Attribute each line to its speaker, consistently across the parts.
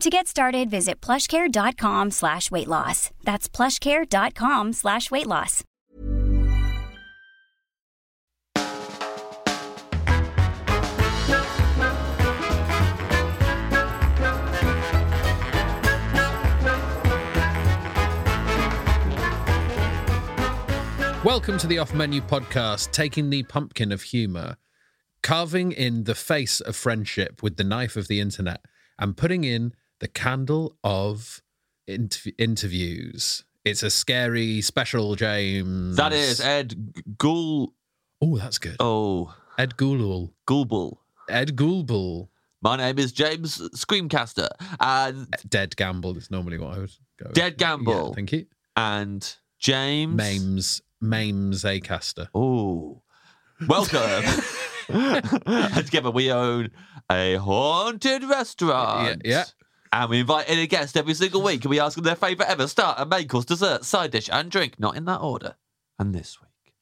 Speaker 1: To get started, visit plushcare.com slash weight loss. That's plushcare.com slash weight loss.
Speaker 2: Welcome to the Off Menu Podcast, taking the pumpkin of humor, carving in the face of friendship with the knife of the internet, and putting in the candle of interv- interviews. It's a scary special, James.
Speaker 3: That is Ed Gul.
Speaker 2: Oh, that's good.
Speaker 3: Oh,
Speaker 2: Ed Goulul.
Speaker 3: Gulbull.
Speaker 2: Ed Goulbull.
Speaker 3: My name is James Screamcaster, and
Speaker 2: Dead Gamble is normally what I would go. with.
Speaker 3: Dead Gamble.
Speaker 2: Yeah, thank you.
Speaker 3: and James.
Speaker 2: Mames. Mames Acaster.
Speaker 3: Oh, welcome. and together we own a haunted restaurant.
Speaker 2: yeah.
Speaker 3: And we invite in a guest every single week, and we ask them their favourite ever start, a main course, dessert, side dish, and drink, not in that order. And this week,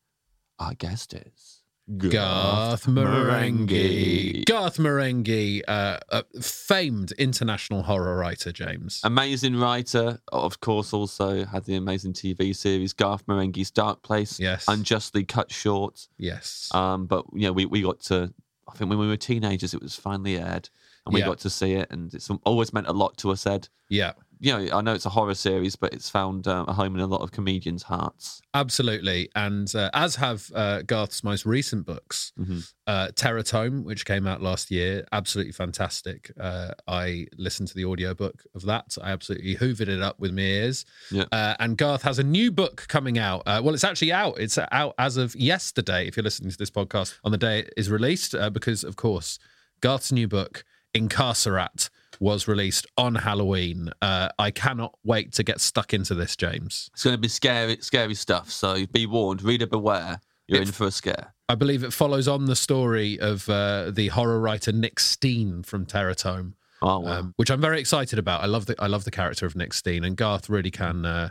Speaker 3: our guest is
Speaker 2: Garth Marenghi. Garth Marenghi, uh, a famed international horror writer, James.
Speaker 3: Amazing writer, of course, also had the amazing TV series Garth Marenghi's Dark Place.
Speaker 2: Yes.
Speaker 3: Unjustly cut short.
Speaker 2: yes.
Speaker 3: Um, but, you know, we, we got to, I think when we were teenagers, it was finally aired and we
Speaker 2: Yeah.
Speaker 3: got to see it. And it's always meant a lot to us, Ed.
Speaker 2: yeah,
Speaker 3: You know, I know it's a horror series, but it's found um, a home in a lot of comedians' hearts.
Speaker 2: absolutely. And uh, as have uh, Garth's most recent books,
Speaker 3: Mhm.
Speaker 2: uh, Teratome, which came out last year, absolutely fantastic. Uh, I listened to the audiobook of that. I absolutely hoovered it up with my ears.
Speaker 3: Yeah.
Speaker 2: Uh, and Garth has a new book coming out. Uh, well, it's actually out. It's out as of yesterday, if you're listening to this podcast on the day it is released, uh, because, of course, Garth's new book, Incarcerat, was released on Halloween. Uh, I cannot wait to get stuck into this, James.
Speaker 3: It's going to be scary, scary stuff. So be warned, reader beware. You're
Speaker 2: It-
Speaker 3: in for a scare.
Speaker 2: I believe it follows on the story of uh, the horror writer Nick Steen from Teratome.
Speaker 3: Oh, wow.
Speaker 2: um, which I'm very excited about. I love the I love the character of Nick Steen, and Garth really can uh,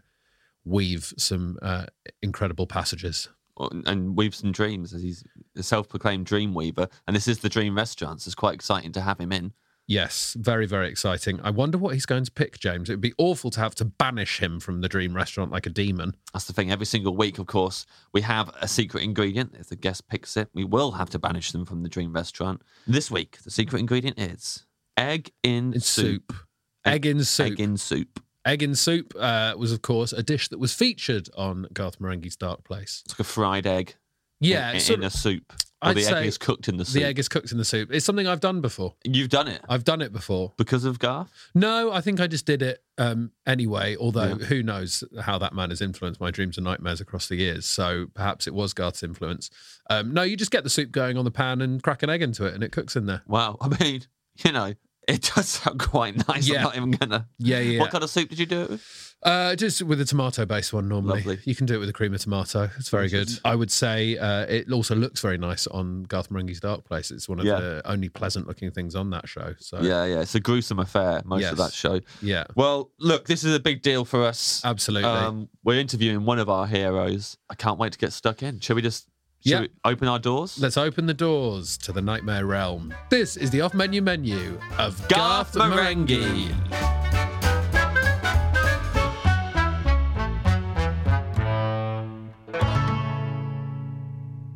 Speaker 2: weave some uh, incredible passages.
Speaker 3: and- and weave some dreams as he's a self-proclaimed dream weaver and this is the dream restaurant so it's quite exciting to have him in
Speaker 2: Yes, very very exciting. I wonder what he's going to pick, James. It would be awful to have to banish him from the Dream Restaurant like a demon.
Speaker 3: that's the thing every single week of course we have a secret ingredient if the guest picks it we will have to banish them from the dream restaurant this week the secret ingredient is egg in
Speaker 2: It's
Speaker 3: soup.
Speaker 2: soup. Egg in soup.
Speaker 3: egg in soup
Speaker 2: Egg in soup uh, was, of course, a dish that was featured on Garth Marenghi's Dark Place.
Speaker 3: it's like a fried egg
Speaker 2: Yeah,
Speaker 3: in, in,
Speaker 2: sort
Speaker 3: a
Speaker 2: of-
Speaker 3: soup or
Speaker 2: I'd
Speaker 3: the egg
Speaker 2: say
Speaker 3: is cooked in the soup
Speaker 2: the egg is cooked in the soup. It's something I've done before.
Speaker 3: you've done it
Speaker 2: I've done it before.
Speaker 3: because of garth
Speaker 2: No, I think I just did it um, anyway. Although,
Speaker 3: Yeah.
Speaker 2: who knows how that man has influenced my dreams and nightmares across the years? So perhaps it was Garth's influence. Um, no, you just get the soup going on the pan and crack an egg into it, and it cooks in there.
Speaker 3: wow i mean you know It does sound quite nice.
Speaker 2: Yeah.
Speaker 3: I'm not even gonna.
Speaker 2: Yeah, yeah.
Speaker 3: What kind of soup did you do it with?
Speaker 2: Uh, just with a tomato based one normally.
Speaker 3: Lovely.
Speaker 2: You can do it with a cream of tomato. It's very good. I would say uh, it also looks very nice on Garth Marenghi's Dark Place. It's one of
Speaker 3: Yeah.
Speaker 2: the only pleasant looking things on that show. So
Speaker 3: Yeah, yeah. It's a gruesome affair. Most
Speaker 2: Yes.
Speaker 3: of that show.
Speaker 2: yeah,
Speaker 3: Well, look, this is a big deal for us.
Speaker 2: absolutely.
Speaker 3: Um, we're interviewing one of our heroes. I can't wait to get stuck in. Should we just should
Speaker 2: Yeah.
Speaker 3: we open our doors?
Speaker 2: Let's open the doors to the nightmare realm. This is the off menu menu of
Speaker 3: Garth
Speaker 2: Garth,
Speaker 3: Marenghi.
Speaker 2: Marenghi.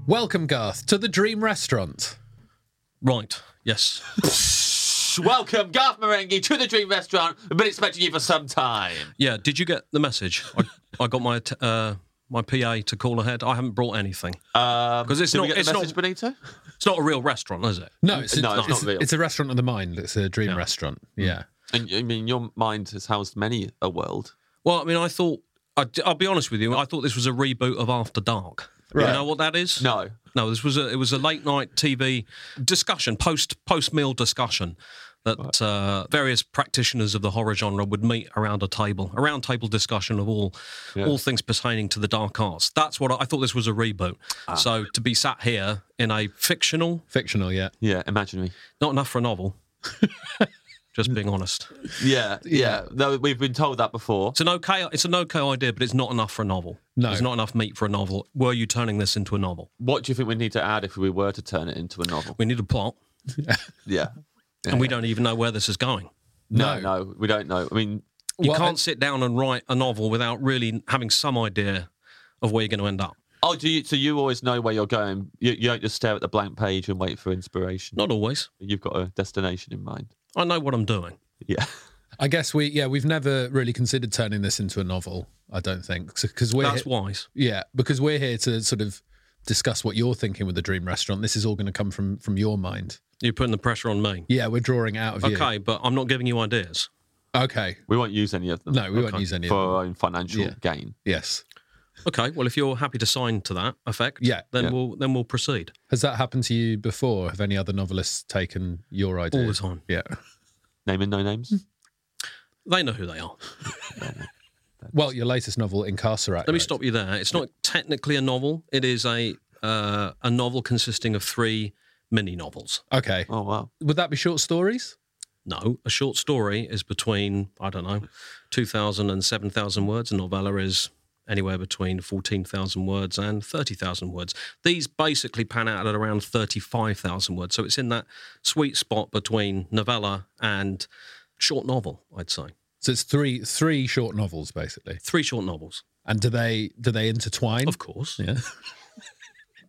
Speaker 2: Welcome, Garth, to the Dream Restaurant.
Speaker 4: Right. Yes.
Speaker 3: Welcome, Garth Marenghi, to the Dream Restaurant. We've been expecting you for some time.
Speaker 4: Yeah. Did you get the message? I, I got my t- uh, my PA to call ahead. I haven't brought anything.
Speaker 3: Um,
Speaker 4: 'Cause it's
Speaker 3: did we
Speaker 4: not-
Speaker 3: get the
Speaker 4: it's not-
Speaker 3: message, Benito?
Speaker 4: It's not a real restaurant, is it?
Speaker 2: No, it's,
Speaker 3: No, it's not real. Hmm.
Speaker 2: it's a restaurant of the mind. It's a dream restaurant. Yeah.
Speaker 3: And I mean, your mind has housed many a world.
Speaker 4: Well, I mean, I thought. I, will be honest with you. I thought this was a reboot of After Dark.
Speaker 2: Right.
Speaker 4: You know what that is?
Speaker 3: No.
Speaker 4: No. This was a. It was a late night TV discussion, post post meal discussion, that uh, various practitioners of the horror genre would meet around a table, a round table discussion of all all things pertaining to the dark arts. That's what I, I thought. This was a reboot. So to be sat here in a fictional
Speaker 2: Fictional, yeah.
Speaker 3: Yeah, imaginary.
Speaker 4: Not enough for a novel. Just being honest.
Speaker 3: Yeah, yeah. No, we've been told that before.
Speaker 4: It's an okay it's an okay idea, but it's not enough for a novel.
Speaker 2: No.
Speaker 4: There's not enough meat for a novel. Were you turning this into a novel?
Speaker 3: What do you think we need to add if we were to turn it into a novel?
Speaker 4: We need a plot
Speaker 3: Yeah.
Speaker 4: and we don't even know where this is going.
Speaker 3: No, no, we don't know. I mean,
Speaker 4: You
Speaker 2: Well,
Speaker 4: can't sit down and write a novel without really having some idea of where you're going to end up.
Speaker 3: oh, do you? So you always know where you're going. You, you don't just stare at the blank page and wait for inspiration.
Speaker 4: Not always.
Speaker 3: You've got a destination in mind.
Speaker 4: I know what I'm doing.
Speaker 3: Yeah.
Speaker 2: I guess we, yeah, we've never really considered turning this into a novel, I don't think. Because we're,
Speaker 4: That's wise.
Speaker 2: yeah, because we're here to sort of discuss what you're thinking with the dream restaurant. This is all going to come from from your mind.
Speaker 4: You're putting the pressure on me.
Speaker 2: Yeah, we're drawing it out of
Speaker 4: Okay, but I'm not giving you ideas.
Speaker 2: you. Okay.
Speaker 3: We won't use any of them.
Speaker 2: No, we won't use any of
Speaker 3: for
Speaker 2: them.
Speaker 3: our own financial
Speaker 2: Yeah.
Speaker 3: gain.
Speaker 2: Yes.
Speaker 4: Okay, well if you're happy to sign to that effect,
Speaker 2: Yeah.
Speaker 4: then
Speaker 3: Yeah.
Speaker 4: we'll then we'll proceed.
Speaker 2: Has that happened to you before? Have any other novelists taken your idea?
Speaker 4: All the time.
Speaker 2: Yeah.
Speaker 3: Naming no names.
Speaker 2: Hmm.
Speaker 4: They know who they are.
Speaker 2: Well, your latest novel, Incarcerate.
Speaker 4: Let me stop you there. It's not technically a novel. It is a uh, a novel consisting of three mini novels.
Speaker 2: Okay.
Speaker 3: Oh wow.
Speaker 2: Would that be short stories?
Speaker 4: No, a short story is between I don't know, two thousand and seven thousand words. A novella is anywhere between fourteen thousand words and thirty thousand words. These basically pan out at around thirty five thousand words. So it's in that sweet spot between novella and short novel. I'd say
Speaker 2: So it's three three short novels basically.
Speaker 4: three short novels,
Speaker 2: And do they do they intertwine?
Speaker 4: of course.
Speaker 2: Yeah.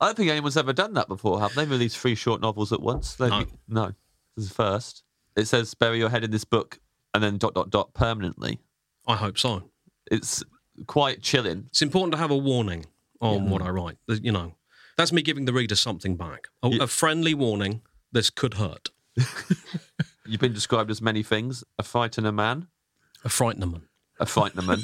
Speaker 3: I don't think anyone's ever done that before, have they? Released three short novels at once? They-
Speaker 4: No.
Speaker 3: No. This is first. It says bury your head in this book and then dot dot dot permanently.
Speaker 4: I hope so.
Speaker 3: It's quite chilling.
Speaker 4: It's important to have a warning on what I write. Th- You know, that's me giving the reader something back. A, a friendly warning. This could hurt.
Speaker 3: You've been described as many things: a frightener man,
Speaker 4: A frightenerman.
Speaker 3: a frightenerman,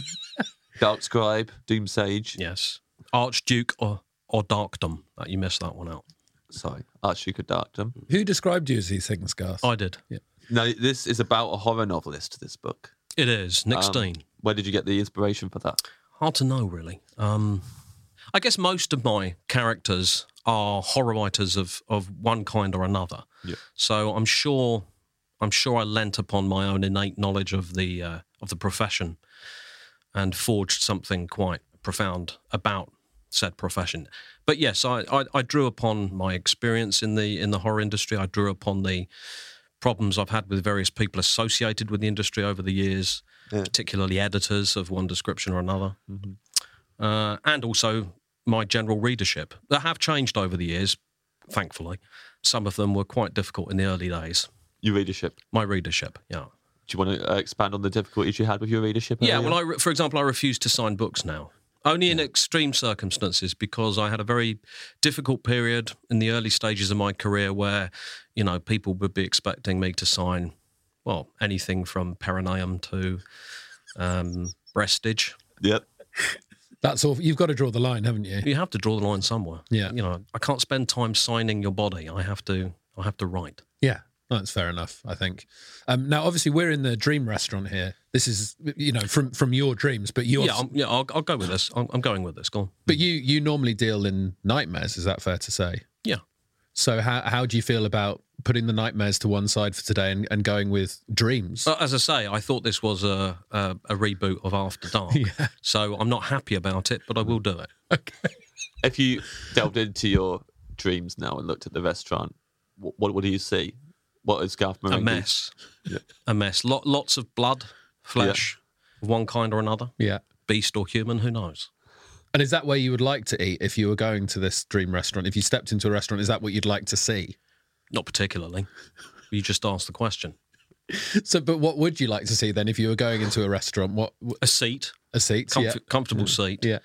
Speaker 3: dark scribe, doom sage.
Speaker 4: Yes. Archduke or or darkdom. That you missed that one out.
Speaker 3: Sorry, Archduke of Darkdom.
Speaker 2: Who described you as these things, Garth?
Speaker 4: I did.
Speaker 3: No, this is about a horror novelist. This book. Um,
Speaker 4: It is Nick Steen.
Speaker 3: Where did you get the inspiration for that?
Speaker 4: Hard to know, really. Um, I guess most of my characters are horror writers of of one kind or another.
Speaker 3: Yeah.
Speaker 4: So I'm sure, I'm sure I lent upon my own innate knowledge of the uh, of the profession, and forged something quite profound about said profession. But yes, I, I, I drew upon my experience in the in the horror industry. I drew upon the problems I've had with various people associated with the industry over the years, particularly editors of one description or another, uh, and also my general readership that have changed over the years. Thankfully, some of them were quite difficult in the early days.
Speaker 3: Your readership.
Speaker 4: My readership, yeah.
Speaker 3: Do you want to uh, expand on the difficulties you had with your readership?
Speaker 4: Yeah,
Speaker 3: earlier?
Speaker 4: well, I, re- for example, I refuse to sign books now. Only in extreme circumstances, because I had a very difficult period in the early stages of my career where, you know, people would be expecting me to sign, well, anything from perineum to um, breastage.
Speaker 3: Yep.
Speaker 2: That's all. You've got to draw the line, haven't you?
Speaker 4: You have to draw the line somewhere.
Speaker 2: Yeah.
Speaker 4: you know, I can't spend time signing your body. I have to, I have to write.
Speaker 2: Yeah. That's fair enough, I think. Um, now, obviously, we're in the dream restaurant here. This is, you know, from from your dreams, but yours,
Speaker 4: Yeah, I'm, yeah, I'll, I'll go with this. I'm, I'm going with this. Go on.
Speaker 2: but you you normally deal in nightmares. Is that fair to say?
Speaker 4: Yeah.
Speaker 2: So how how do you feel about putting the nightmares to one side for today and, and going with dreams?
Speaker 4: Uh, as I say, I thought this was a, a, a reboot of After Dark.
Speaker 2: Yeah.
Speaker 4: So I'm not happy about it, but I will do it.
Speaker 3: If you delved into your dreams now and looked at the restaurant, what what, what do you see? What is Garth
Speaker 4: A
Speaker 3: Marenghi's-
Speaker 4: mess. A mess. Lot, lots of blood, flesh, of one kind or another,
Speaker 2: yeah.
Speaker 4: beast or human, who knows?
Speaker 2: And is that where you would like to eat if you were going to this dream restaurant? If you stepped into a restaurant, is that what you'd like to see?
Speaker 4: Not particularly. You just asked the question.
Speaker 2: So, but what would you like to see then if you were going into a restaurant? What
Speaker 4: A seat,
Speaker 2: a seat?
Speaker 4: comf-
Speaker 2: yeah. Mm.
Speaker 4: comfortable seat,
Speaker 2: Yeah.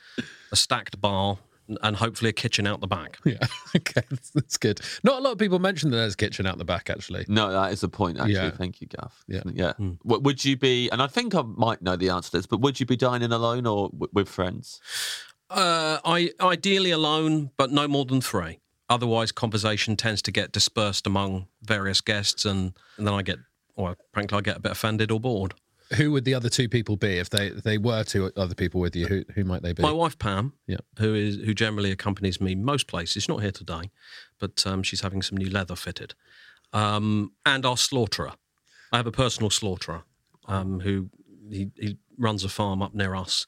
Speaker 4: a stacked bar, and hopefully a kitchen out the back.
Speaker 2: Yeah. Okay. That's- That's good. Not a lot of people mention that there's a kitchen out the back, actually.
Speaker 4: Mm.
Speaker 3: No, that is the point, actually.
Speaker 2: Yeah.
Speaker 3: Thank you, Gav.
Speaker 2: Yeah.
Speaker 3: yeah.
Speaker 4: Hmm.
Speaker 3: W- Would you be, and I think I might know the answer to this, but would you be dining alone or w- with friends?
Speaker 4: Uh, I ideally alone, but no more than three. Otherwise, conversation tends to get dispersed among various guests, and, and then I get, or frankly, I get a bit offended or bored.
Speaker 2: Who would the other two people be if they if they were two other people with you? Who who might they be?
Speaker 4: My wife Pam,
Speaker 2: Yeah.
Speaker 4: who is who generally accompanies me most places, not here today, but um, she's having some new leather fitted, um, and our slaughterer. I have a personal slaughterer um, who he, he runs a farm up near us,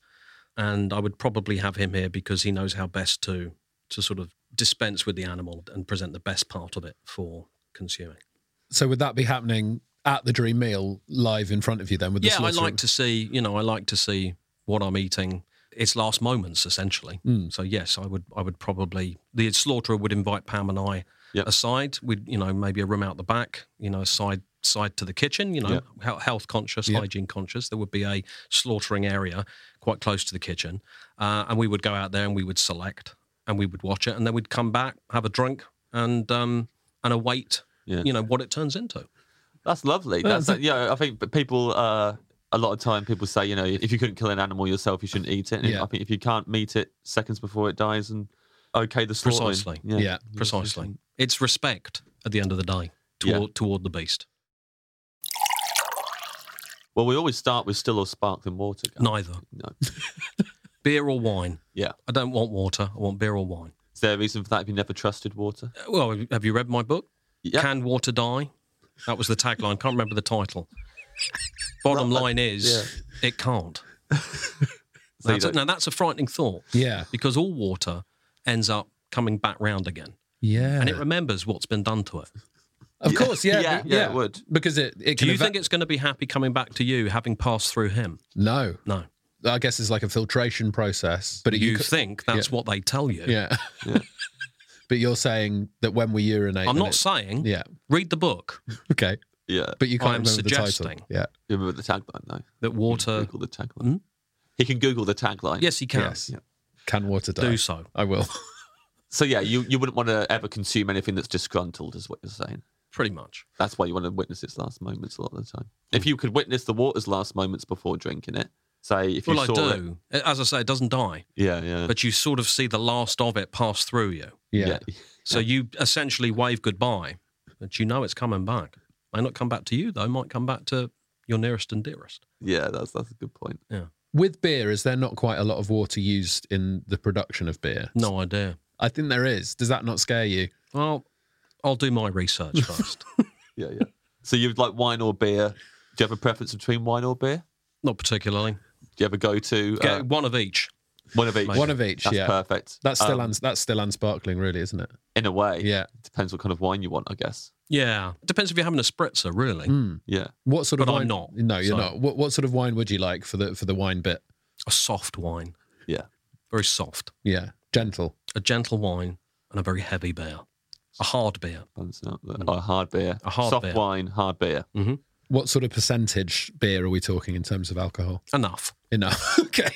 Speaker 4: and I would probably have him here because he knows how best to to sort of dispense with the animal and present the best part of it for consuming.
Speaker 2: So would that be happening at the dream meal live in front of you then? With the
Speaker 4: yeah, I
Speaker 2: slaughter-
Speaker 4: like to see you know I like to see what I'm eating. It's last moments essentially. So yes, I would I would probably the slaughterer would invite Pam and I
Speaker 3: Yep.
Speaker 4: aside. We'd you know maybe a room out the back. You know side side to the kitchen. You know
Speaker 3: Yep.
Speaker 4: he- health conscious,
Speaker 2: Yep.
Speaker 4: hygiene conscious. There would be a slaughtering area quite close to the kitchen, uh, and we would go out there and we would select and we would watch it, and then we'd come back, have a drink, and um and await
Speaker 3: Yeah.
Speaker 4: you know what it turns into.
Speaker 3: That's lovely. That's, like, yeah, I think p- people, uh, a lot of time people say, you know, if you couldn't kill an animal yourself, you shouldn't eat it. And
Speaker 2: Yeah.
Speaker 3: I think if you can't meet it seconds before it dies, and okay, the slaughtering.
Speaker 4: Precisely.
Speaker 2: Yeah.
Speaker 4: Precisely. It's respect at the end of the day toward, toward the beast.
Speaker 3: Well, we always start with still or sparkling water. Gav.
Speaker 4: Neither.
Speaker 3: No.
Speaker 4: Beer or wine.
Speaker 3: Yeah.
Speaker 4: I don't want water. I want beer or wine.
Speaker 3: Is there a reason for that if you never trusted water?
Speaker 4: Uh, Well, have you read my book?
Speaker 3: Yeah.
Speaker 4: Can water die? That was the tagline. Can't remember the title. Bottom
Speaker 3: Right,
Speaker 4: line is, it can't.
Speaker 3: So you
Speaker 4: That's a-
Speaker 3: don't-
Speaker 4: now, that's a frightening thought
Speaker 2: Yeah.
Speaker 4: because all water ends up coming back round again
Speaker 2: Yeah.
Speaker 4: and it remembers what's been done to it.
Speaker 2: of
Speaker 3: Yeah.
Speaker 2: course. Yeah.
Speaker 3: Yeah,
Speaker 2: be-
Speaker 3: yeah, it would.
Speaker 2: Because it, it
Speaker 4: Do
Speaker 2: can
Speaker 4: you
Speaker 2: eva-
Speaker 4: think it's going to be happy coming back to you having passed through him?
Speaker 2: No.
Speaker 4: No.
Speaker 2: I guess it's like a filtration process. But
Speaker 4: But
Speaker 2: it,
Speaker 4: you,
Speaker 2: you, c-
Speaker 4: think that's
Speaker 2: yeah.
Speaker 4: what they tell you.
Speaker 2: Yeah. but you're saying that when we urinate.
Speaker 4: I'm
Speaker 2: and it-
Speaker 4: not saying.
Speaker 2: Yeah.
Speaker 4: Read the book.
Speaker 2: Okay.
Speaker 3: yeah.
Speaker 2: But you can't
Speaker 4: I'm
Speaker 2: remember the
Speaker 4: suggesting.
Speaker 2: title. Yeah.
Speaker 3: You remember the tagline, though?
Speaker 4: That water.
Speaker 3: Google the tagline. He can Google the tagline.
Speaker 4: Uh, hmm? Yes, he can
Speaker 2: Yes. Can water die?
Speaker 4: do so.
Speaker 2: I will.
Speaker 3: So yeah, you, you wouldn't want to ever consume anything that's disgruntled, is what you're saying.
Speaker 4: Pretty much.
Speaker 3: That's why you want to witness its last moments a lot of the time. If
Speaker 4: Hmm.
Speaker 3: you could witness the water's last moments before drinking it, say if you
Speaker 4: well, I
Speaker 3: saw it,
Speaker 4: do. As I say, it doesn't die,
Speaker 3: yeah, yeah,
Speaker 4: but you sort of see the last of it pass through you.
Speaker 2: Yeah.
Speaker 4: So you essentially wave goodbye, but you know it's coming back. May not come back to you though. Might come back to your nearest and dearest.
Speaker 3: yeah. That's that's a good point.
Speaker 2: With beer, is there not quite a lot of water used in the production of beer?
Speaker 4: No idea.
Speaker 2: I think there is. Does that not scare you?
Speaker 4: Well, I'll do my research first.
Speaker 3: Yeah, yeah. So you'd like wine or beer? Do you have a preference between wine or beer?
Speaker 4: not particularly.
Speaker 3: Do you ever go to uh,
Speaker 4: Get one of each.
Speaker 3: one of each?
Speaker 2: One of each.
Speaker 3: That's
Speaker 2: yeah.
Speaker 3: perfect.
Speaker 2: That's still
Speaker 3: Um,
Speaker 2: uns that's still unsparkling, really, isn't it?
Speaker 3: in a way.
Speaker 2: Yeah.
Speaker 3: depends what kind of wine you want, I guess.
Speaker 4: Yeah, depends if you're having a spritzer, really.
Speaker 3: Mm. Yeah,
Speaker 2: Hmm. What sort of
Speaker 4: But I'm
Speaker 2: wine?
Speaker 4: not,
Speaker 2: No, you're
Speaker 4: so-
Speaker 2: not. What, what sort of wine would you like for the for the wine bit?
Speaker 4: A soft wine,
Speaker 3: yeah.
Speaker 4: very soft.
Speaker 2: Yeah, gentle.
Speaker 4: a gentle wine and a very heavy beer, a hard beer.
Speaker 3: Balancing out the- Or hard beer,
Speaker 4: Hmm. A hard
Speaker 3: soft
Speaker 4: beer.
Speaker 3: wine, hard beer.
Speaker 2: What sort of percentage beer are we talking in terms of alcohol?
Speaker 4: Enough.
Speaker 2: Enough. okay.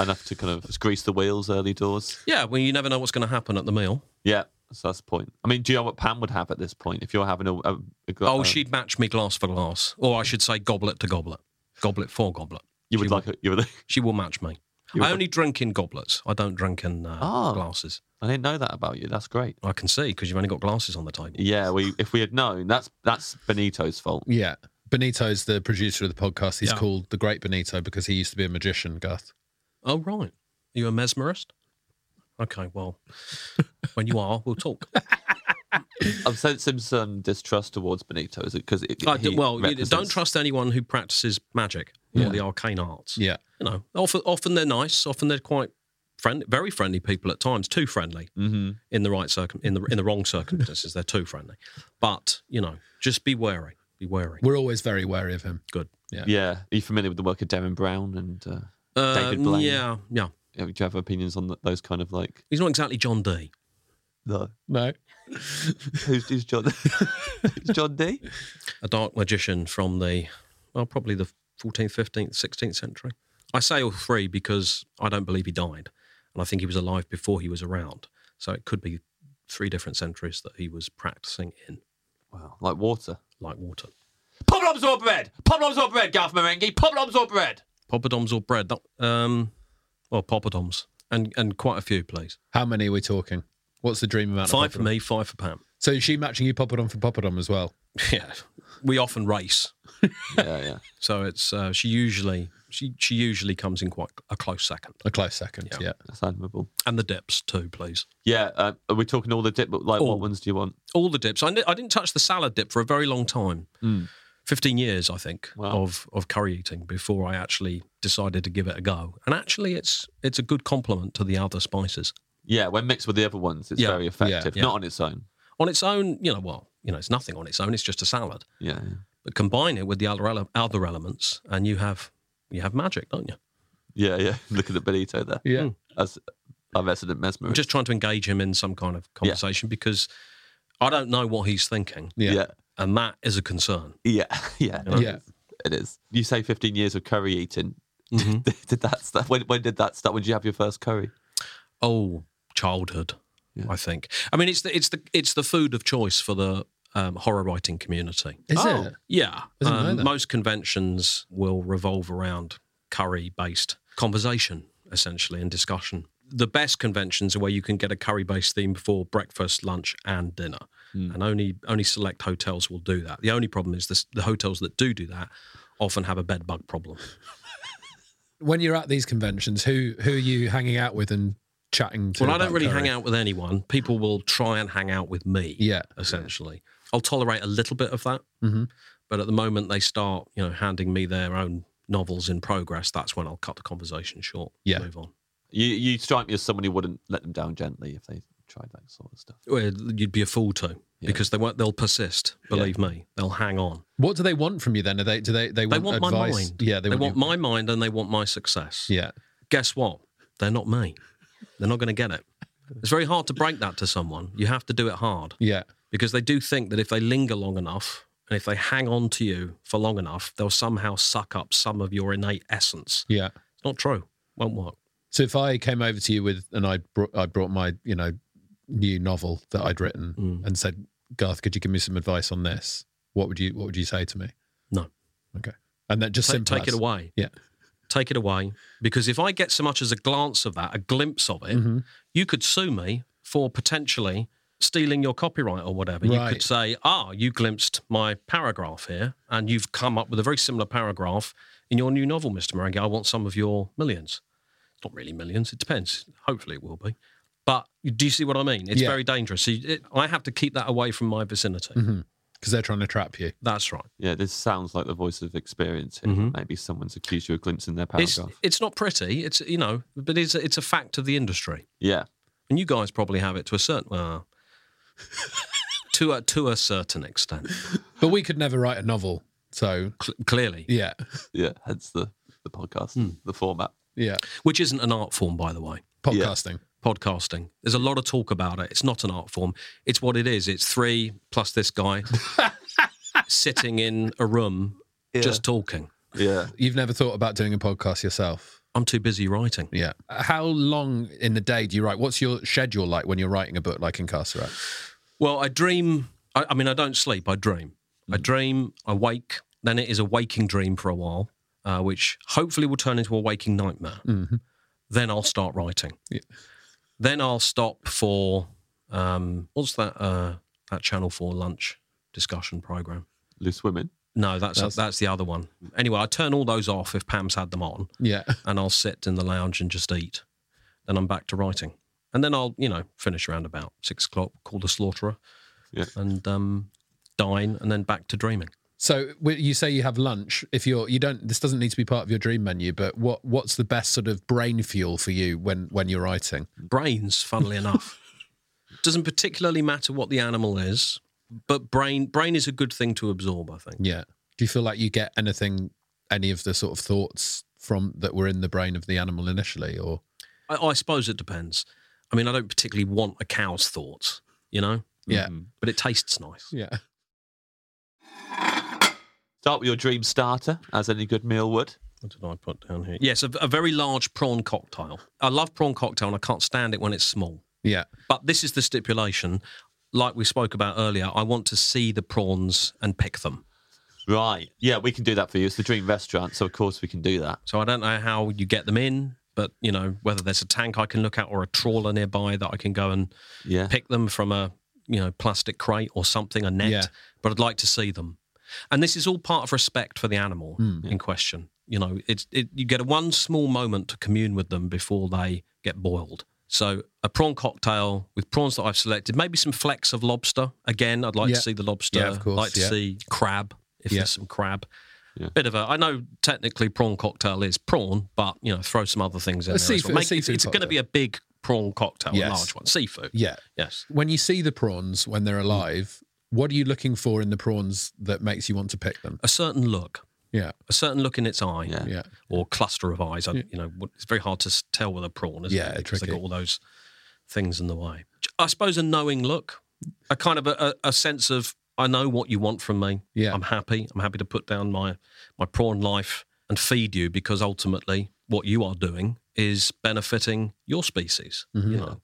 Speaker 3: enough to kind of grease the wheels early doors.
Speaker 4: Yeah, well, you never know what's going to happen at the meal.
Speaker 3: Yeah, so that's the point. I mean, do you know what Pam would have at this point if you're having a? a, a gla-
Speaker 4: oh,
Speaker 3: uh,
Speaker 4: she'd match me glass for glass, or I should say goblet to goblet, goblet for goblet.
Speaker 3: You would
Speaker 4: she
Speaker 3: like a, you would.
Speaker 4: She will match me.
Speaker 3: You're
Speaker 4: I
Speaker 3: a-
Speaker 4: only drink in goblets. I don't drink in uh,
Speaker 3: Oh.
Speaker 4: glasses.
Speaker 3: I didn't know that about you. That's great.
Speaker 4: I can see because you've only got glasses on the table.
Speaker 3: Yeah, we if we had known, that's that's Benito's fault.
Speaker 2: Yeah. Benito's the producer of the podcast. He's
Speaker 4: Yeah.
Speaker 2: called the Great Benito because he used to be a magician, Garth.
Speaker 4: Oh right, are you a mesmerist? Okay, well, when you are, we'll talk.
Speaker 3: I'm sensing some distrust towards Benito, is it? Because
Speaker 4: I Uh, d- well, you don't trust anyone who practices magic
Speaker 3: Yeah.
Speaker 4: or the arcane arts.
Speaker 2: Yeah.
Speaker 4: You know, often, often they're nice. Often they're quite friendly, very friendly people at times. Too friendly
Speaker 3: hmm
Speaker 4: in the right circum, in the in the wrong circumstances. they're too friendly, but you know, just be wary. Be wary.
Speaker 2: We're always very wary of him.
Speaker 4: Good.
Speaker 2: Yeah.
Speaker 3: Yeah. Are you familiar with the work of Darren Brown? And uh, David
Speaker 4: Um,
Speaker 3: Blaine.
Speaker 4: yeah, yeah.
Speaker 3: do you have opinions on th those kind of like?
Speaker 4: He's not exactly John D.
Speaker 3: No.
Speaker 2: No.
Speaker 3: Who's, who's John? who's John D?
Speaker 4: a dark magician from the, well, probably the 14th, 15th, 16th century. I say all three because I don't believe he died. And I think he was alive before he was around. So it could be three different centuries that he was practicing in,
Speaker 3: Wow, like water.
Speaker 4: like water.
Speaker 3: Poploms or bread? Poploms or bread, Garth Marenghi? Poploms or bread?
Speaker 4: Poppadoms or bread? That- Um, well, poppadoms. And, and quite a few, please.
Speaker 2: How many are we talking? What's the dream amount? of
Speaker 4: Five for
Speaker 2: poppadom?
Speaker 4: me, five for Pam.
Speaker 2: So is she matching you poppadom for poppadom as well?
Speaker 4: Yeah. We often race.
Speaker 3: yeah, yeah.
Speaker 4: So it's, uh, she usually, she, she usually comes in quite a close second.
Speaker 2: A close second.
Speaker 4: Yeah.
Speaker 2: Yeah.
Speaker 3: That's admirable.
Speaker 4: And the dips too, please.
Speaker 3: Yeah, uh, are we talking all the dip? Like,
Speaker 4: All.
Speaker 3: what ones do you want?
Speaker 4: all the dips. I, ni- I didn't touch the salad dip for a very long time,
Speaker 3: Mm.
Speaker 4: fifteen years, I think,
Speaker 3: Wow.
Speaker 4: of of curry eating before I actually decided to give it a go. And actually, it's it's a good complement to the other spices
Speaker 3: Yeah, when mixed with the other ones, it's
Speaker 4: Yeah,
Speaker 3: very effective.
Speaker 4: yeah.
Speaker 3: Not on its own.
Speaker 4: on its own. You know, well, you know, it's nothing on its own. It's just a salad,
Speaker 3: Yeah,
Speaker 4: but combine it with the other ele- other elements, and you have you have magic, don't you?
Speaker 3: yeah, yeah. yeah. Look at the Benito there.
Speaker 2: Yeah.
Speaker 4: Mm.
Speaker 3: As our resident
Speaker 4: I'm
Speaker 3: mesmerist.
Speaker 4: just trying to engage him in some kind of conversation because I don't know what he's thinking,
Speaker 2: Yeah.
Speaker 3: yeah,
Speaker 4: and that is a concern.
Speaker 3: yeah, yeah.
Speaker 4: Yeah.
Speaker 2: Yeah.
Speaker 3: It is. You say 15 years of curry eating. Mm-hmm.
Speaker 4: Mhm.
Speaker 3: did that start? When, when did that start? When did you have your first curry?
Speaker 4: oh childhood
Speaker 3: Yeah.
Speaker 4: i think i mean it's the it's the it's the food of choice for the um, horror writing community
Speaker 2: Is
Speaker 3: Oh.
Speaker 2: it?
Speaker 4: yeah
Speaker 2: I
Speaker 4: Um,
Speaker 2: didn't know that.
Speaker 4: most conventions will revolve around curry based conversation essentially and discussion the best conventions are where you can get a curry based theme for breakfast lunch and dinner
Speaker 2: Hmm.
Speaker 4: and only only select hotels will do that the only problem is this, the hotels that do do that often have a bed bug problem
Speaker 2: When you're at these conventions, who who are you hanging out with and chatting to?
Speaker 4: well i don't
Speaker 2: about
Speaker 4: really
Speaker 2: curry?
Speaker 4: hang out with anyone people will try and hang out with me
Speaker 2: Yeah.
Speaker 4: essentially. I'll tolerate a little bit of that,
Speaker 2: Mhm.
Speaker 4: but at the moment they start, you know, handing me their own novels in progress. That's when I'll cut the conversation short.
Speaker 2: Yeah.
Speaker 4: move on.
Speaker 3: You you strike me as someone who wouldn't let them down gently if they tried that sort of stuff.
Speaker 4: Well, You'd be a fool to
Speaker 3: Yeah.
Speaker 4: because they won't. They'll persist. Believe me, they'll hang on.
Speaker 2: What do they want from you then? Are they do they they
Speaker 4: They
Speaker 2: want,
Speaker 4: want my
Speaker 2: advice?
Speaker 4: mind.
Speaker 2: Yeah,
Speaker 4: They, want,
Speaker 2: your-
Speaker 4: my mind and they want my success.
Speaker 2: Yeah.
Speaker 4: Guess what? They're not me. They're not going to get it. It's very hard to break that to someone. You have to do it hard
Speaker 2: Yeah.
Speaker 4: because they do think that if they linger long enough and if they hang on to you for long enough, they'll somehow suck up some of your innate essence.
Speaker 2: Yeah.
Speaker 4: It's not true. Won't work.
Speaker 2: So if I came over to you with and I brought I brought my you know new novel that I'd written
Speaker 4: Mm.
Speaker 2: and said, Garth, could you give me some advice on this? What would you What would you say to me?
Speaker 4: No.
Speaker 2: Okay. And then just
Speaker 4: Ta-
Speaker 2: simple
Speaker 4: take it
Speaker 2: as-
Speaker 4: away.
Speaker 2: Yeah.
Speaker 4: Take it away. Because if I get so much as a glance of that, a glimpse of it,
Speaker 2: Mhm.
Speaker 4: you could sue me for potentially stealing your copyright or whatever. You
Speaker 2: Right.
Speaker 4: could say, ah, you glimpsed my paragraph here and you've come up with a very similar paragraph in your new novel, Mr. Marenghi. I want some of your millions. It's not really millions. It depends. Hopefully it will be. But do you see what I mean? It's
Speaker 2: Yeah.
Speaker 4: very dangerous. So you- it, I have to keep that away from my vicinity.
Speaker 2: Mm-hmm. because they're trying to trap you.
Speaker 4: That's right.
Speaker 3: Yeah, this sounds like the voice of experience. Here. Maybe someone's accused you of glimpsing their
Speaker 4: It's,
Speaker 3: paragraph.
Speaker 4: it's not pretty. It's you know, but it's it's a fact of the industry,
Speaker 3: Yeah,
Speaker 4: and you guys probably have it to a certain well, to a to a certain extent.
Speaker 2: But we could never write a novel. So
Speaker 4: Cl- clearly,
Speaker 2: yeah,
Speaker 3: yeah. Hence the the podcast, the format.
Speaker 2: yeah.
Speaker 4: which isn't an art form, by the way.
Speaker 2: Podcasting.
Speaker 4: Podcasting. There's a lot of talk about it. It's not an art form. It's what it is. It's three plus this guy sitting in a room
Speaker 3: Yeah.
Speaker 4: just talking.
Speaker 3: Yeah,
Speaker 2: You've never thought about doing a podcast yourself.
Speaker 4: I'm too busy writing.
Speaker 2: Yeah. How long in the day do you write? What's your schedule like when you're writing a book like Incarcerate?
Speaker 4: Well, I dream. I, I mean, I don't sleep. I dream. I
Speaker 2: Mm.
Speaker 4: dream. I wake. Then it is a waking dream for a while, uh, which hopefully will turn into a waking nightmare. then I'll start writing.
Speaker 2: Mm-hmm. Yeah.
Speaker 4: Then I'll stop for um, what's that uh, that channel for lunch discussion program?
Speaker 3: Loose women.
Speaker 4: No, that's
Speaker 2: That's-
Speaker 4: that's, the other one. Anyway, I turn all those off if Pam's had them on,
Speaker 2: Yeah.
Speaker 4: and I'll sit in the lounge and just eat. Then I'm back to writing, and then I'll you know finish around about six o'clock, call the slaughterer,
Speaker 3: Yeah.
Speaker 4: and um, dine, and then back to dreaming.
Speaker 2: So w- you say you have lunch. If you're you don't this doesn't need to be part of your dream menu, but what what's the best sort of brain fuel for you when when you're writing?
Speaker 4: brains funnily enough doesn't particularly matter what the animal is but brain brain is a good thing to absorb i think
Speaker 2: Yeah. Do you feel like you get anything any of the sort of thoughts from that were in the brain of the animal initially or
Speaker 4: i, I suppose it depends i mean i don't particularly want a cow's thoughts you know
Speaker 2: Yeah. Mm-hmm.
Speaker 3: Mhm.
Speaker 4: but it tastes nice
Speaker 2: Yeah.
Speaker 3: Start with your dream starter, as any good meal would.
Speaker 4: what did i put down here yes a, a very large prawn cocktail i love prawn cocktail and i can't stand it when it's small
Speaker 2: Yeah.
Speaker 4: but this is the stipulation like we spoke about earlier i want to see the prawns and pick them
Speaker 3: Right. Yeah, we can do that for you. It's the dream restaurant, so of course we can do that.
Speaker 4: So I don't know how you get them in, but you know whether there's a tank I can look at or a trawler nearby that I can go and
Speaker 3: Yeah.
Speaker 4: pick them from a you know plastic crate or something a net.
Speaker 2: Yeah.
Speaker 4: But I'd like to see them, and this is all part of respect for the animal
Speaker 2: Hmm.
Speaker 4: in question. You know, it's it, you get a one small moment to commune with them before they get boiled. So a prawn cocktail with prawns that I've selected, maybe some flecks of lobster. Again, I'd like
Speaker 2: Yeah.
Speaker 4: to see the lobster.
Speaker 2: Yeah, of course,
Speaker 4: like to
Speaker 2: yeah.
Speaker 4: see crab if
Speaker 2: Yeah.
Speaker 4: there's some crab
Speaker 3: Yeah.
Speaker 4: bit of a. I know technically prawn cocktail is prawn, but you know throw some other things in
Speaker 2: A
Speaker 4: there. as well.
Speaker 2: seafood- a
Speaker 4: Make- it's-
Speaker 2: seafood
Speaker 4: it's going to
Speaker 2: cocktail.
Speaker 4: be a big prawn cocktail, a
Speaker 2: Yes.
Speaker 4: large one, seafood.
Speaker 2: Yeah.
Speaker 4: Yes.
Speaker 2: When you see the prawns when they're alive, what are you looking for in the prawns that makes you want to pick them?
Speaker 4: A certain look,
Speaker 2: Yeah.
Speaker 4: a certain look in its eye,
Speaker 3: Yeah.
Speaker 2: Yeah.
Speaker 4: or cluster of eyes. I, You know, what- it's very hard to s- tell with a prawn, isn't
Speaker 2: Yeah,
Speaker 4: it? Because they've
Speaker 2: tricky.
Speaker 4: got all those things in the way. I suppose a knowing look, a kind of a, a, a sense of I know what you want from me.
Speaker 2: Yeah.
Speaker 4: I'm happy. I'm happy to put down my my prawn life and feed you because ultimately what you are doing is benefiting your species.
Speaker 2: Mm-hmm.
Speaker 4: You know,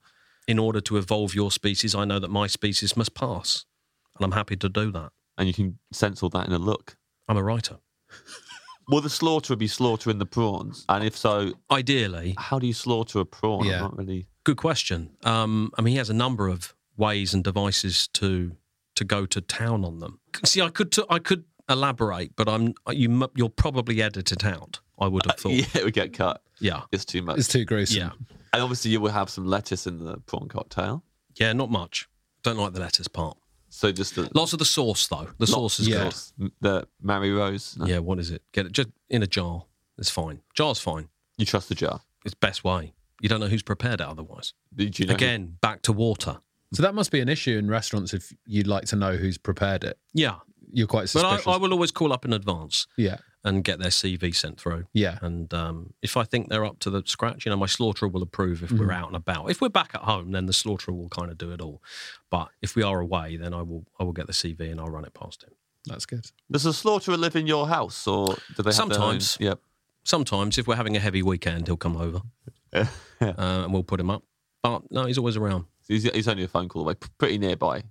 Speaker 4: in order to evolve your species, I know that my species must pass, and I'm happy to do that.
Speaker 3: And you can sense all that in a look.
Speaker 4: I'm a writer.
Speaker 3: Will the slaughterer be slaughtering the prawns? And if so,
Speaker 4: Ideally,
Speaker 3: how do you slaughter a prawn?
Speaker 2: Yeah.
Speaker 3: I'm not really.
Speaker 4: good question. Um, I mean, he has a number of ways and devices to to go to town on them. See, I could t- I could elaborate, but I'm you mu- you'll probably edit it out. I would have thought.
Speaker 3: Uh, Yeah, it would get cut.
Speaker 4: yeah.
Speaker 3: It's too much.
Speaker 2: It's too gruesome.
Speaker 4: yeah.
Speaker 3: And obviously, you will have some lettuce in the prawn cocktail.
Speaker 4: Yeah, not much. Don't like the lettuce part.
Speaker 3: So just the
Speaker 4: Lots of the sauce though. The sauce is
Speaker 2: yeah.
Speaker 4: good.
Speaker 3: M- the Mary Rose. No.
Speaker 4: Yeah, what is it? Get it just in a jar. It's fine. Jar's fine.
Speaker 3: You trust the jar.
Speaker 4: It's best way. You don't know who's prepared it otherwise.
Speaker 3: Did you know?
Speaker 4: Again, back to water.
Speaker 2: So that must be an issue in restaurants if you'd like to know who's prepared it.
Speaker 4: Yeah.
Speaker 2: You're quite
Speaker 4: But
Speaker 2: suspicious.
Speaker 4: I, I will always call up in advance
Speaker 2: yeah.
Speaker 4: and get their CV sent through.
Speaker 2: Yeah.
Speaker 4: And um, if I think they're up to the scratch, you know, my slaughterer will approve if we're out and about. If we're back at home, then the slaughterer will kind of do it all. But if we are away, then I will I will get the CV and I'll run it past him.
Speaker 2: That's good.
Speaker 3: Does the slaughterer live in your house, or do they? Have
Speaker 4: Sometimes.
Speaker 3: Their own?
Speaker 4: Sometimes, if we're having a heavy weekend, he'll come over
Speaker 3: Yep. Yeah.
Speaker 4: uh, and we'll put him up. But no, he's always around.
Speaker 3: he's, he's only a phone call away, p- pretty nearby.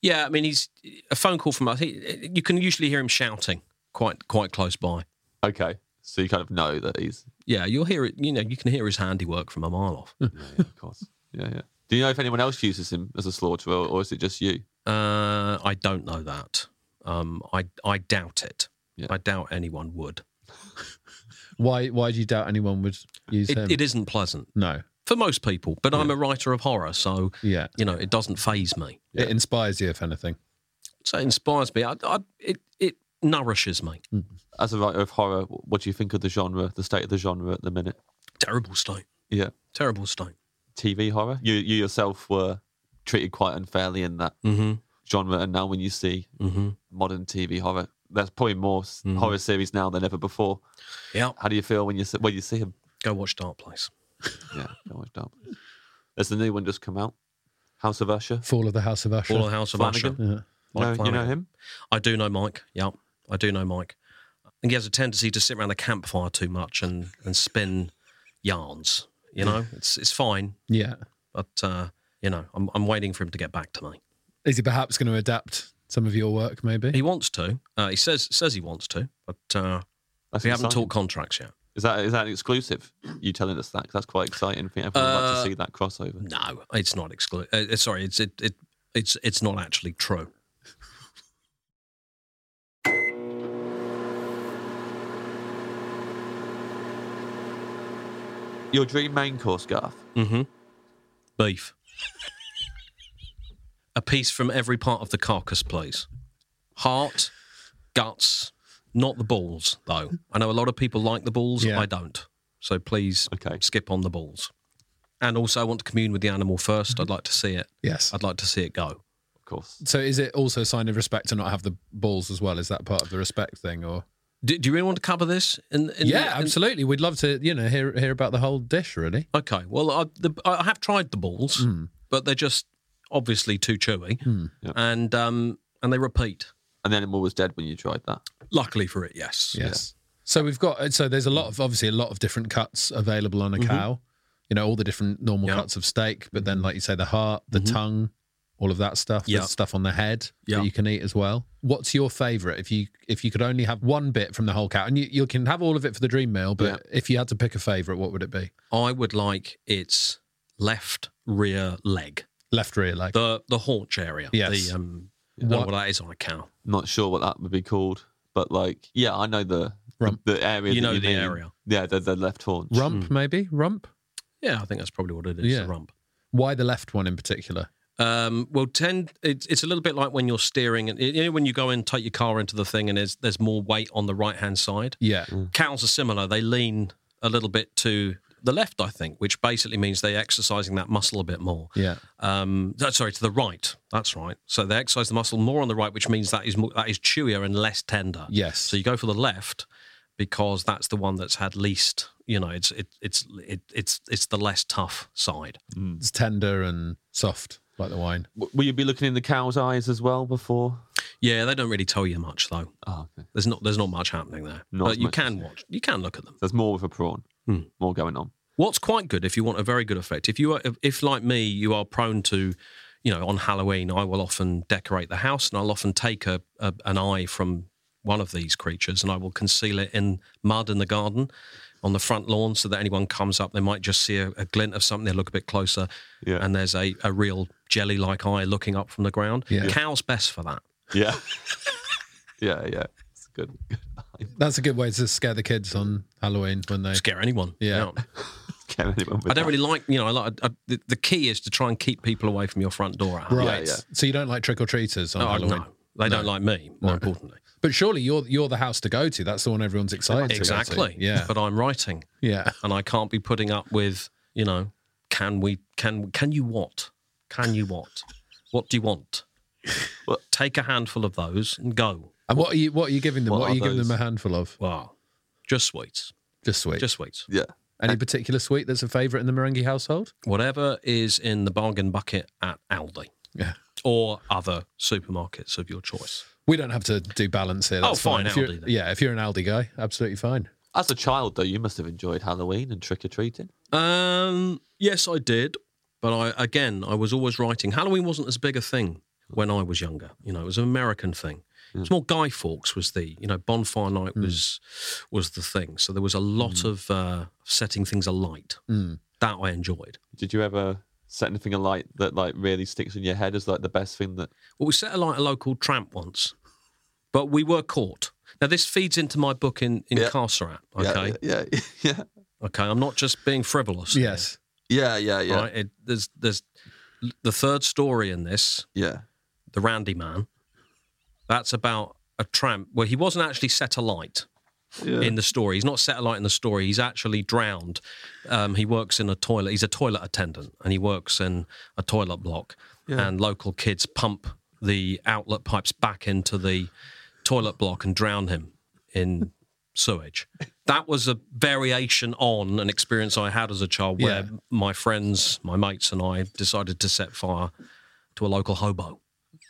Speaker 4: Yeah, I mean, he's a phone call from us. He, you can usually hear him shouting quite quite close by.
Speaker 3: Okay, so you kind of know that he's.
Speaker 4: Yeah, you'll hear it. You know, you can hear his handiwork from a mile off.
Speaker 3: Yeah, yeah, of course. Yeah, yeah. Do you know if anyone else uses him as a slaughterer, or is it just you?
Speaker 4: Uh, I don't know that. Um, I I doubt it.
Speaker 3: Yeah.
Speaker 4: I doubt anyone would.
Speaker 2: Why why do you doubt anyone would use
Speaker 4: It,
Speaker 2: him?
Speaker 4: it isn't pleasant
Speaker 2: no.
Speaker 4: for most people, but I'm a writer of horror, so
Speaker 2: Yeah.
Speaker 4: you know it doesn't phase me.
Speaker 2: It inspires you if anything.
Speaker 4: So it inspires me. I, I, it it nourishes me.
Speaker 3: As a writer of horror, what do you think of the genre, the state of the genre at the minute?
Speaker 4: Terrible state.
Speaker 3: Yeah,
Speaker 4: Terrible state.
Speaker 3: TV horror. You you yourself were treated quite unfairly in that
Speaker 4: Mm-hmm.
Speaker 3: genre, and now when you see
Speaker 4: Mm-hmm.
Speaker 3: modern TV horror, there's probably more s horror series now than ever before.
Speaker 4: Yeah.
Speaker 3: How do you feel when you see, when you see him?
Speaker 4: Go watch Dark Place.
Speaker 3: Yeah, don't watch Dark Place. There's the new one just come out, House of Usher.
Speaker 2: Fall of the House of Usher.
Speaker 4: All the House of Usher.
Speaker 3: Flanagan?
Speaker 2: Yeah.
Speaker 3: You know,
Speaker 4: Mike
Speaker 3: you know
Speaker 4: Flanagan.
Speaker 3: him?
Speaker 4: I do know Mike. Yeah, I do know Mike. I think he has a tendency to sit around the campfire too much and, and spin yarns. You know, it's it's fine,
Speaker 2: yeah.
Speaker 4: but uh, you know, I'm I'm waiting for him to get back to me.
Speaker 2: Is he perhaps going to adapt some of your work maybe?
Speaker 4: He wants to. Uh, he says says he wants to, but uh,
Speaker 3: That's
Speaker 4: we haven't
Speaker 3: exciting.
Speaker 4: talked contracts yet.
Speaker 3: Is that is that an exclusive? You telling us that? 'Cause that's quite exciting. I think everyone would like
Speaker 4: Uh,
Speaker 3: to see that crossover.
Speaker 4: No, it's not exclusive. Uh, uh, sorry, it's it, it it's it's not actually true.
Speaker 3: Your dream main course, Garth.
Speaker 4: Mm-hmm. Beef. A piece from every part of the carcass, please. Heart, guts, not the balls, though. I know a lot of people like the balls.
Speaker 2: Yeah.
Speaker 4: I don't. So please
Speaker 3: Okay.
Speaker 4: skip on the balls. And also, I want to commune with the animal 1st i I'd like to see it.
Speaker 2: Yes.
Speaker 4: I'd like to see it go.
Speaker 3: Of course.
Speaker 2: So is it also a sign of respect to not have the balls as well? Is that part of the respect thing or?
Speaker 4: Do, do you really want to cover this? In, in
Speaker 2: yeah,
Speaker 4: in-
Speaker 2: absolutely. We'd love to, you know, hear hear about the whole dish really.
Speaker 4: Okay. Well, I, the, I have tried the balls,
Speaker 2: Hmm.
Speaker 4: but they're just obviously too chewy,
Speaker 3: Yeah.
Speaker 4: and um, and they repeat.
Speaker 3: And the animal was dead when you tried that.
Speaker 4: Luckily for it, yes.
Speaker 2: Yes. So we've got uh, so there's a lot of obviously a lot of different cuts available on a cow. You know, all the different normal
Speaker 4: Mm-hmm. Yeah. Mm-hmm.
Speaker 2: cuts of steak, but then like you say the heart, the tongue, all of that stuff,
Speaker 4: Yeah.
Speaker 2: the stuff on the head
Speaker 4: Yeah.
Speaker 2: that you can eat as well. What's your favorite if you if you could only have one bit from the whole cow? And you, you can have all of it for the dream meal, but if you had to pick a favorite, what would it be?
Speaker 4: I would like its left rear leg,
Speaker 2: Left rear leg.
Speaker 4: the the haunch area.
Speaker 2: Yes.
Speaker 4: The, um, I don't know
Speaker 2: What-
Speaker 4: what that is on a cow.
Speaker 3: Not sure what that would be called, but like, yeah, I know the the,
Speaker 2: Rump.
Speaker 3: the area.
Speaker 4: You
Speaker 3: that
Speaker 4: know the
Speaker 3: mean.
Speaker 4: area.
Speaker 3: Yeah, the, the left haunch.
Speaker 2: rump
Speaker 4: Hmm.
Speaker 2: maybe? Rump?
Speaker 4: Yeah, I think that's probably what it is.
Speaker 2: Yeah.
Speaker 4: The rump.
Speaker 2: Why the left one in particular?
Speaker 4: Um, well, tend it's it's a little bit like when you're steering, and you know when you go and take your car into the thing, and there's there's more weight on the right hand side.
Speaker 2: Yeah.
Speaker 4: cows are similar. They lean a little bit to the left, I think, which basically means they're exercising that muscle a bit more.
Speaker 2: Yeah.
Speaker 4: Um, that- sorry, to the right. That's right. So they exercise the muscle more on the right, which means that is more, that is chewier and less tender.
Speaker 2: Yes.
Speaker 4: So you go for the left because that's the one that's had least. You know, it's it, it's it, it's it's the less tough side.
Speaker 2: It's tender and soft, like the wine.
Speaker 3: W- will you be looking in the cow's eyes as well before?
Speaker 4: Yeah, they don't really tell you much though.
Speaker 3: Oh, okay.
Speaker 4: There's not there's not much happening there.
Speaker 3: Not
Speaker 4: but
Speaker 3: as
Speaker 4: you
Speaker 3: much as
Speaker 4: can
Speaker 3: there.
Speaker 4: watch. You can look at them.
Speaker 3: There's more with a prawn.
Speaker 4: Hmm.
Speaker 3: More going on.
Speaker 4: What's quite good if you want a very good effect, if you are, if, if like me, you are prone to, you know, on Halloween, I will often decorate the house and I'll often take a, a an eye from one of these creatures and I will conceal it in mud in the garden, on the front lawn, so that anyone comes up, they might just see a, a glint of something. They look a bit closer,
Speaker 3: Yeah.
Speaker 4: and there's a, a real jelly like eye looking up from the ground.
Speaker 2: Yeah.
Speaker 4: Cow's best for that.
Speaker 3: Yeah. yeah, yeah. It's good. good.
Speaker 2: That's a good way to scare the kids on Halloween when they.
Speaker 4: Scare anyone.
Speaker 2: Yeah.
Speaker 3: Scare anyone with
Speaker 4: I don't
Speaker 3: that.
Speaker 4: really like, you know, I like, I, the, the key is to try and keep people away from your front door. at
Speaker 2: Right.
Speaker 3: yeah.
Speaker 2: So you don't like trick or treaters on
Speaker 4: Oh,
Speaker 2: Halloween.
Speaker 4: no. They don't like me, more importantly.
Speaker 2: But surely you're you're the house to go to. That's the one everyone's excited to go
Speaker 4: Exactly.
Speaker 2: to. Yeah.
Speaker 4: But I'm writing
Speaker 2: yeah.
Speaker 4: and I can't be putting up with, you know, can we can can you what? Can you what? What do you want?
Speaker 3: Well-
Speaker 4: Take a handful of those and go.
Speaker 2: And what are you what are you giving them? What,
Speaker 3: What
Speaker 2: are
Speaker 3: are
Speaker 2: you giving them
Speaker 3: those?
Speaker 2: a handful of?
Speaker 4: Wow. Just sweets.
Speaker 2: Just sweet.
Speaker 4: Just sweets.
Speaker 3: Yeah.
Speaker 2: Any particular sweet that's a favourite in the Merengue household?
Speaker 4: Whatever is in the bargain bucket at Aldi
Speaker 2: Yeah.
Speaker 4: or other supermarkets of your choice.
Speaker 2: We don't have to do balance here.
Speaker 4: Oh,
Speaker 2: That's
Speaker 4: fine,
Speaker 2: If you're-
Speaker 4: Aldi then.
Speaker 2: yeah, if you're an Aldi guy, absolutely fine.
Speaker 3: As a child, though, you must have enjoyed Halloween and trick or treating.
Speaker 4: Um, yes, I did, but I again, I was always writing. Halloween wasn't as big a thing when I was younger. You know, it was an American thing.
Speaker 3: Hmm.
Speaker 4: It was more Guy Fawkes was the you know bonfire night was was the thing. So there was a lot
Speaker 3: Hmm.
Speaker 4: of uh, setting things alight that I enjoyed.
Speaker 3: Did you ever set anything alight that like really sticks in your head as like the best thing that?
Speaker 4: Well, we set alight a local tramp once, but we were caught. Now this feeds into my book in in
Speaker 3: Yeah.
Speaker 4: Carcerat. Okay,
Speaker 3: Yeah, yeah, yeah,
Speaker 4: okay, I'm not just being frivolous. here,
Speaker 2: Yes.
Speaker 3: yeah, yeah, yeah.
Speaker 4: right. It, there's there's the third story in this
Speaker 3: yeah.
Speaker 4: the Randy Man. That's about a tramp. Well, he wasn't actually set alight in the story. He's not set alight in the story. He's actually drowned. Um, he works in a toilet. He's a toilet attendant, and he works in a toilet block. And local kids pump the outlet pipes back into the toilet block and drown him in sewage. That was a variation on an experience I had as a child where
Speaker 2: Yeah.
Speaker 4: my friends, my mates, and I decided to set fire to a local hobo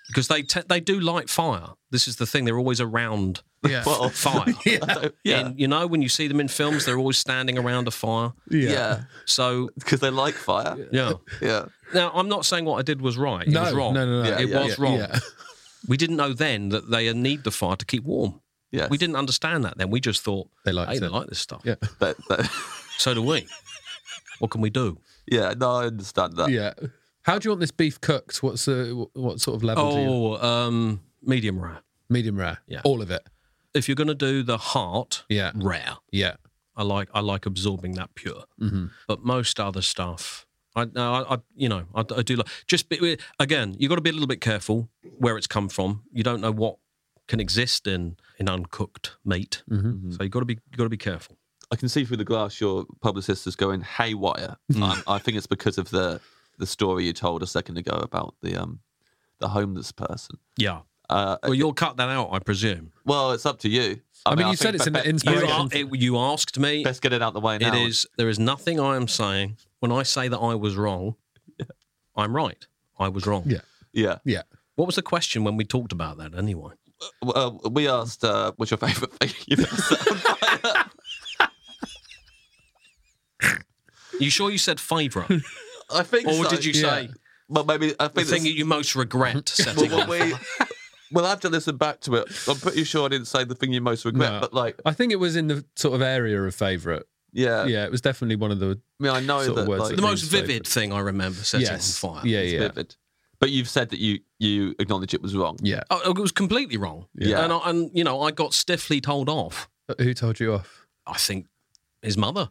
Speaker 4: because they te- they do light fire. This is the thing; they're always around
Speaker 2: Yeah.
Speaker 3: Well,
Speaker 4: fire.
Speaker 3: yeah, yeah,
Speaker 4: And you know when you see them in films, they're always standing around a fire.
Speaker 3: yeah.
Speaker 4: So
Speaker 3: Because they like fire.
Speaker 4: yeah.
Speaker 3: Yeah,
Speaker 4: Now I'm not saying what I did was right. It
Speaker 2: No,
Speaker 4: was wrong.
Speaker 2: no, no, no.
Speaker 3: Yeah,
Speaker 4: it
Speaker 3: yeah,
Speaker 4: was
Speaker 2: yeah,
Speaker 4: wrong.
Speaker 2: yeah.
Speaker 4: We didn't know then that they need the fire to keep warm.
Speaker 3: Yes.
Speaker 4: We didn't understand that then. We just thought
Speaker 5: They liked
Speaker 4: hey, they
Speaker 5: it.
Speaker 4: like this stuff.
Speaker 5: Yeah.
Speaker 3: That- that-
Speaker 4: So do we. what can we do?
Speaker 3: yeah, no, I understand that.
Speaker 5: Yeah. How do you want this beef cooked? What's the what sort of level do you
Speaker 4: Oh, um, medium rare.
Speaker 5: medium rare?
Speaker 4: Yeah.
Speaker 5: All of it.
Speaker 4: If you're going to do the heart,
Speaker 5: Yeah.
Speaker 4: rare.
Speaker 5: Yeah.
Speaker 4: I like I like absorbing that pure.
Speaker 5: Mhm.
Speaker 4: But most other stuff, I no, I, I you know I, I do like just be, again you got to be a little bit careful where it's come from. You don't know what can exist in in uncooked meat, so you got to be you got to be careful.
Speaker 3: I can see through the glass your publicist is going haywire.
Speaker 5: Mm.
Speaker 3: um, I think it's because of the the story you told a second ago about the um the homeless person.
Speaker 4: Yeah.
Speaker 3: Uh,
Speaker 4: Well, you'll cut that out, I presume.
Speaker 3: well, it's up to you.
Speaker 5: I mean,
Speaker 3: I
Speaker 5: you said
Speaker 3: think
Speaker 5: it's an
Speaker 3: be- be-
Speaker 4: You,
Speaker 5: inspiration.
Speaker 4: are, it- you asked me.
Speaker 3: Best get it out the way
Speaker 4: It
Speaker 3: now.
Speaker 4: is. There is nothing I am saying when I say that I was wrong. I'm right. I was wrong.
Speaker 5: Yeah.
Speaker 3: Yeah.
Speaker 5: Yeah.
Speaker 4: What was the question when we talked about that anyway?
Speaker 3: Uh, we asked, uh, "What's your favourite thing you've ever said?"
Speaker 4: You sure you said favourite,
Speaker 3: I think.
Speaker 4: or
Speaker 3: so.
Speaker 4: did you
Speaker 5: Yeah.
Speaker 4: say
Speaker 3: Well, maybe I
Speaker 4: the
Speaker 3: think.
Speaker 4: thing that
Speaker 3: that's-
Speaker 4: you most regret setting
Speaker 3: well,
Speaker 4: off?
Speaker 3: we, we'll have to listen back to it. I'm pretty sure I didn't say the thing you most regret,
Speaker 5: No.
Speaker 3: but like,
Speaker 5: I think it was in the sort of area of favourite.
Speaker 3: yeah,
Speaker 5: Yeah, it was definitely one of the
Speaker 3: I mean, I know
Speaker 5: Sort of
Speaker 3: that
Speaker 5: words
Speaker 3: like,
Speaker 5: that
Speaker 4: The most
Speaker 5: Things favourite.
Speaker 4: vivid thing I remember setting
Speaker 5: yes.
Speaker 4: on fire.
Speaker 5: Yeah,
Speaker 3: it's
Speaker 5: yeah.
Speaker 3: vivid. But you've said that you you acknowledge it was wrong.
Speaker 5: Yeah.
Speaker 4: Oh, it was completely wrong.
Speaker 3: Yeah.
Speaker 4: And, I, and, you know, I got stiffly told off.
Speaker 5: Who told you off?
Speaker 4: I think his mother.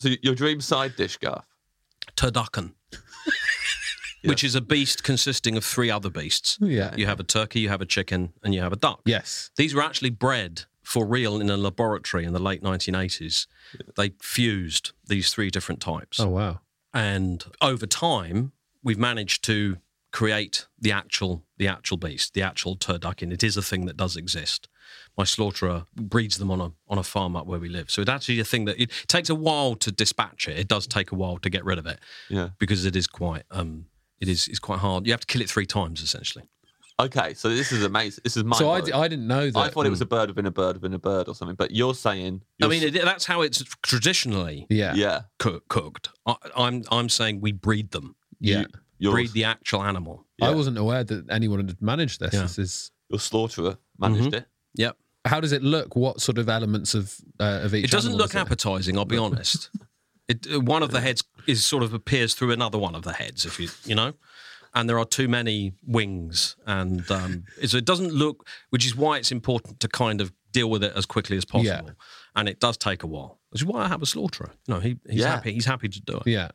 Speaker 3: So, your dream side dish, Garth?
Speaker 4: turducken, which is a beast consisting of three other beasts.
Speaker 5: Yeah.
Speaker 4: You have a turkey, you have a chicken, and you have a duck.
Speaker 5: Yes.
Speaker 4: These were actually bred for real in a laboratory in the late 1980s.
Speaker 2: Oh,
Speaker 4: They fused these three different types.
Speaker 5: Oh wow.
Speaker 4: And over time, we've managed to create the actual the actual beast, the actual turducken. It is a thing that does exist. My slaughterer breeds them on a on a farm up where we live. So it's actually a thing that it takes a while to dispatch it. It does take a while to get rid of it
Speaker 3: Yeah.
Speaker 4: because it is quite um it is it's quite hard. You have to kill it three times essentially.
Speaker 3: Okay, so this is amazing. This is my.
Speaker 2: so I, d- I didn't know that.
Speaker 3: I thought it was a bird within a bird within a bird or something, but you're saying.
Speaker 4: I
Speaker 3: you're
Speaker 4: mean,
Speaker 3: s-
Speaker 4: it, that's how it's traditionally
Speaker 2: Mm. Yeah.
Speaker 3: yeah,
Speaker 4: coo- cooked. I, I'm I'm saying we breed them.
Speaker 2: Yeah.
Speaker 3: You- your,
Speaker 4: breed the actual animal.
Speaker 3: yeah.
Speaker 2: I wasn't aware that anyone had managed this.
Speaker 4: Yeah.
Speaker 2: This is
Speaker 3: your slaughterer managed it.
Speaker 4: Yep.
Speaker 2: how does it look? What sort of elements of uh, of each?
Speaker 4: it doesn't
Speaker 2: animal
Speaker 4: look
Speaker 2: is it?
Speaker 4: appetizing. I'll be honest. It, uh, one of the heads is sort of appears through another one of the heads, if you you know, and there are too many wings, and um, so it doesn't look, which is why it's important to kind of deal with it as quickly as possible,
Speaker 2: Yeah.
Speaker 4: and it does take a while, which is why I have a slaughterer. No, he, he's
Speaker 3: Yeah.
Speaker 4: happy. He's happy to do it.
Speaker 2: Yeah.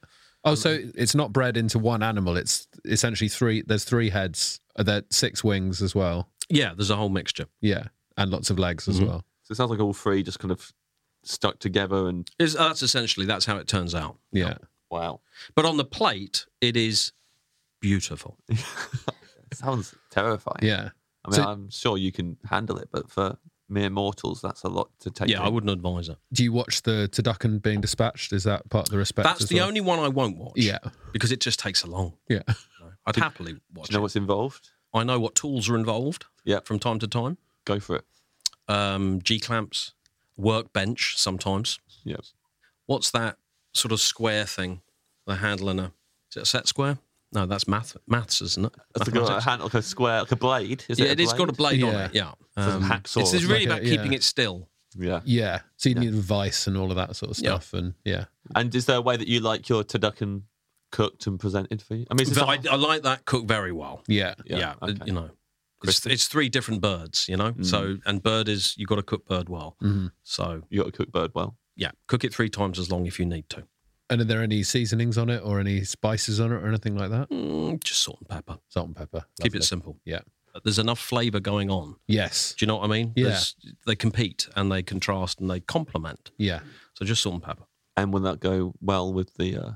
Speaker 2: Oh, so it's not bred into one animal. It's essentially three. There's three heads. Are there six wings as well?
Speaker 4: Yeah, there's a whole mixture.
Speaker 2: Yeah, and lots of legs as
Speaker 4: Mhm.
Speaker 2: well.
Speaker 3: So it sounds like all three just kind of stuck together and
Speaker 4: Is that's essentially that's how it turns out.
Speaker 2: Yeah.
Speaker 3: wow.
Speaker 4: But on the plate, it is beautiful.
Speaker 3: It sounds terrifying.
Speaker 2: Yeah.
Speaker 3: I mean,
Speaker 2: So-
Speaker 3: I'm sure you can handle it, but for mere mortals, that's a lot to take.
Speaker 4: Yeah, I
Speaker 3: in.
Speaker 4: wouldn't advise it.
Speaker 2: Do you watch the Tadukan being dispatched? Is that part of the respect?
Speaker 4: That's
Speaker 2: as
Speaker 4: the
Speaker 2: well?
Speaker 4: only one I won't watch.
Speaker 2: Yeah.
Speaker 4: because it just takes a long.
Speaker 2: Yeah.
Speaker 4: I'd happily watch
Speaker 3: Do you know
Speaker 4: it.
Speaker 3: what's involved?
Speaker 4: I know what tools are involved
Speaker 3: Yeah,
Speaker 4: from time to time.
Speaker 3: go for it.
Speaker 4: Um, G clamps, workbench sometimes.
Speaker 3: Yeah,
Speaker 4: What's that sort of square thing? The handle and a is it a set square? No, that's math maths, isn't it?
Speaker 3: that's like a
Speaker 4: Mathematics.
Speaker 3: handle, like a square, like a blade. Is
Speaker 4: yeah,
Speaker 3: it?
Speaker 4: it has got a blade on
Speaker 2: Yeah.
Speaker 4: it. Yeah,
Speaker 3: It's
Speaker 4: Um,
Speaker 3: a hacksaw
Speaker 4: It's,
Speaker 3: or
Speaker 4: it's really
Speaker 2: something.
Speaker 4: about
Speaker 2: Like a-
Speaker 4: keeping
Speaker 2: yeah.
Speaker 4: it still.
Speaker 3: Yeah.
Speaker 2: Yeah. So you
Speaker 3: Yeah.
Speaker 2: need advice and all of that sort of
Speaker 4: Yeah.
Speaker 2: stuff. And yeah.
Speaker 3: And is there a way that you like your turducken cooked and presented for you? I mean, is
Speaker 4: But I,
Speaker 3: that,
Speaker 4: I like that cook very well.
Speaker 2: Yeah.
Speaker 4: Yeah,
Speaker 3: okay. Mm.
Speaker 4: you know. It's,
Speaker 3: Crispy.
Speaker 4: it's three different birds, you know. So and bird is you got to cook bird well.
Speaker 3: Mm-hmm.
Speaker 2: Mhm.
Speaker 4: So
Speaker 3: you got to cook bird well.
Speaker 4: yeah, cook it three times as long if you need to.
Speaker 2: And are there any seasonings on it or any spices on it or anything like that?
Speaker 4: Mm, just salt and pepper.
Speaker 2: Salt and pepper.
Speaker 4: Keep it
Speaker 2: Lovely.
Speaker 4: simple.
Speaker 2: Yeah.
Speaker 4: But There's enough flavour going on.
Speaker 2: Yes.
Speaker 4: Do you know what I mean?
Speaker 2: Yeah.
Speaker 4: There's- They compete and they contrast and they complement.
Speaker 2: Yeah.
Speaker 4: So just salt and pepper.
Speaker 3: And will that go well with the uh,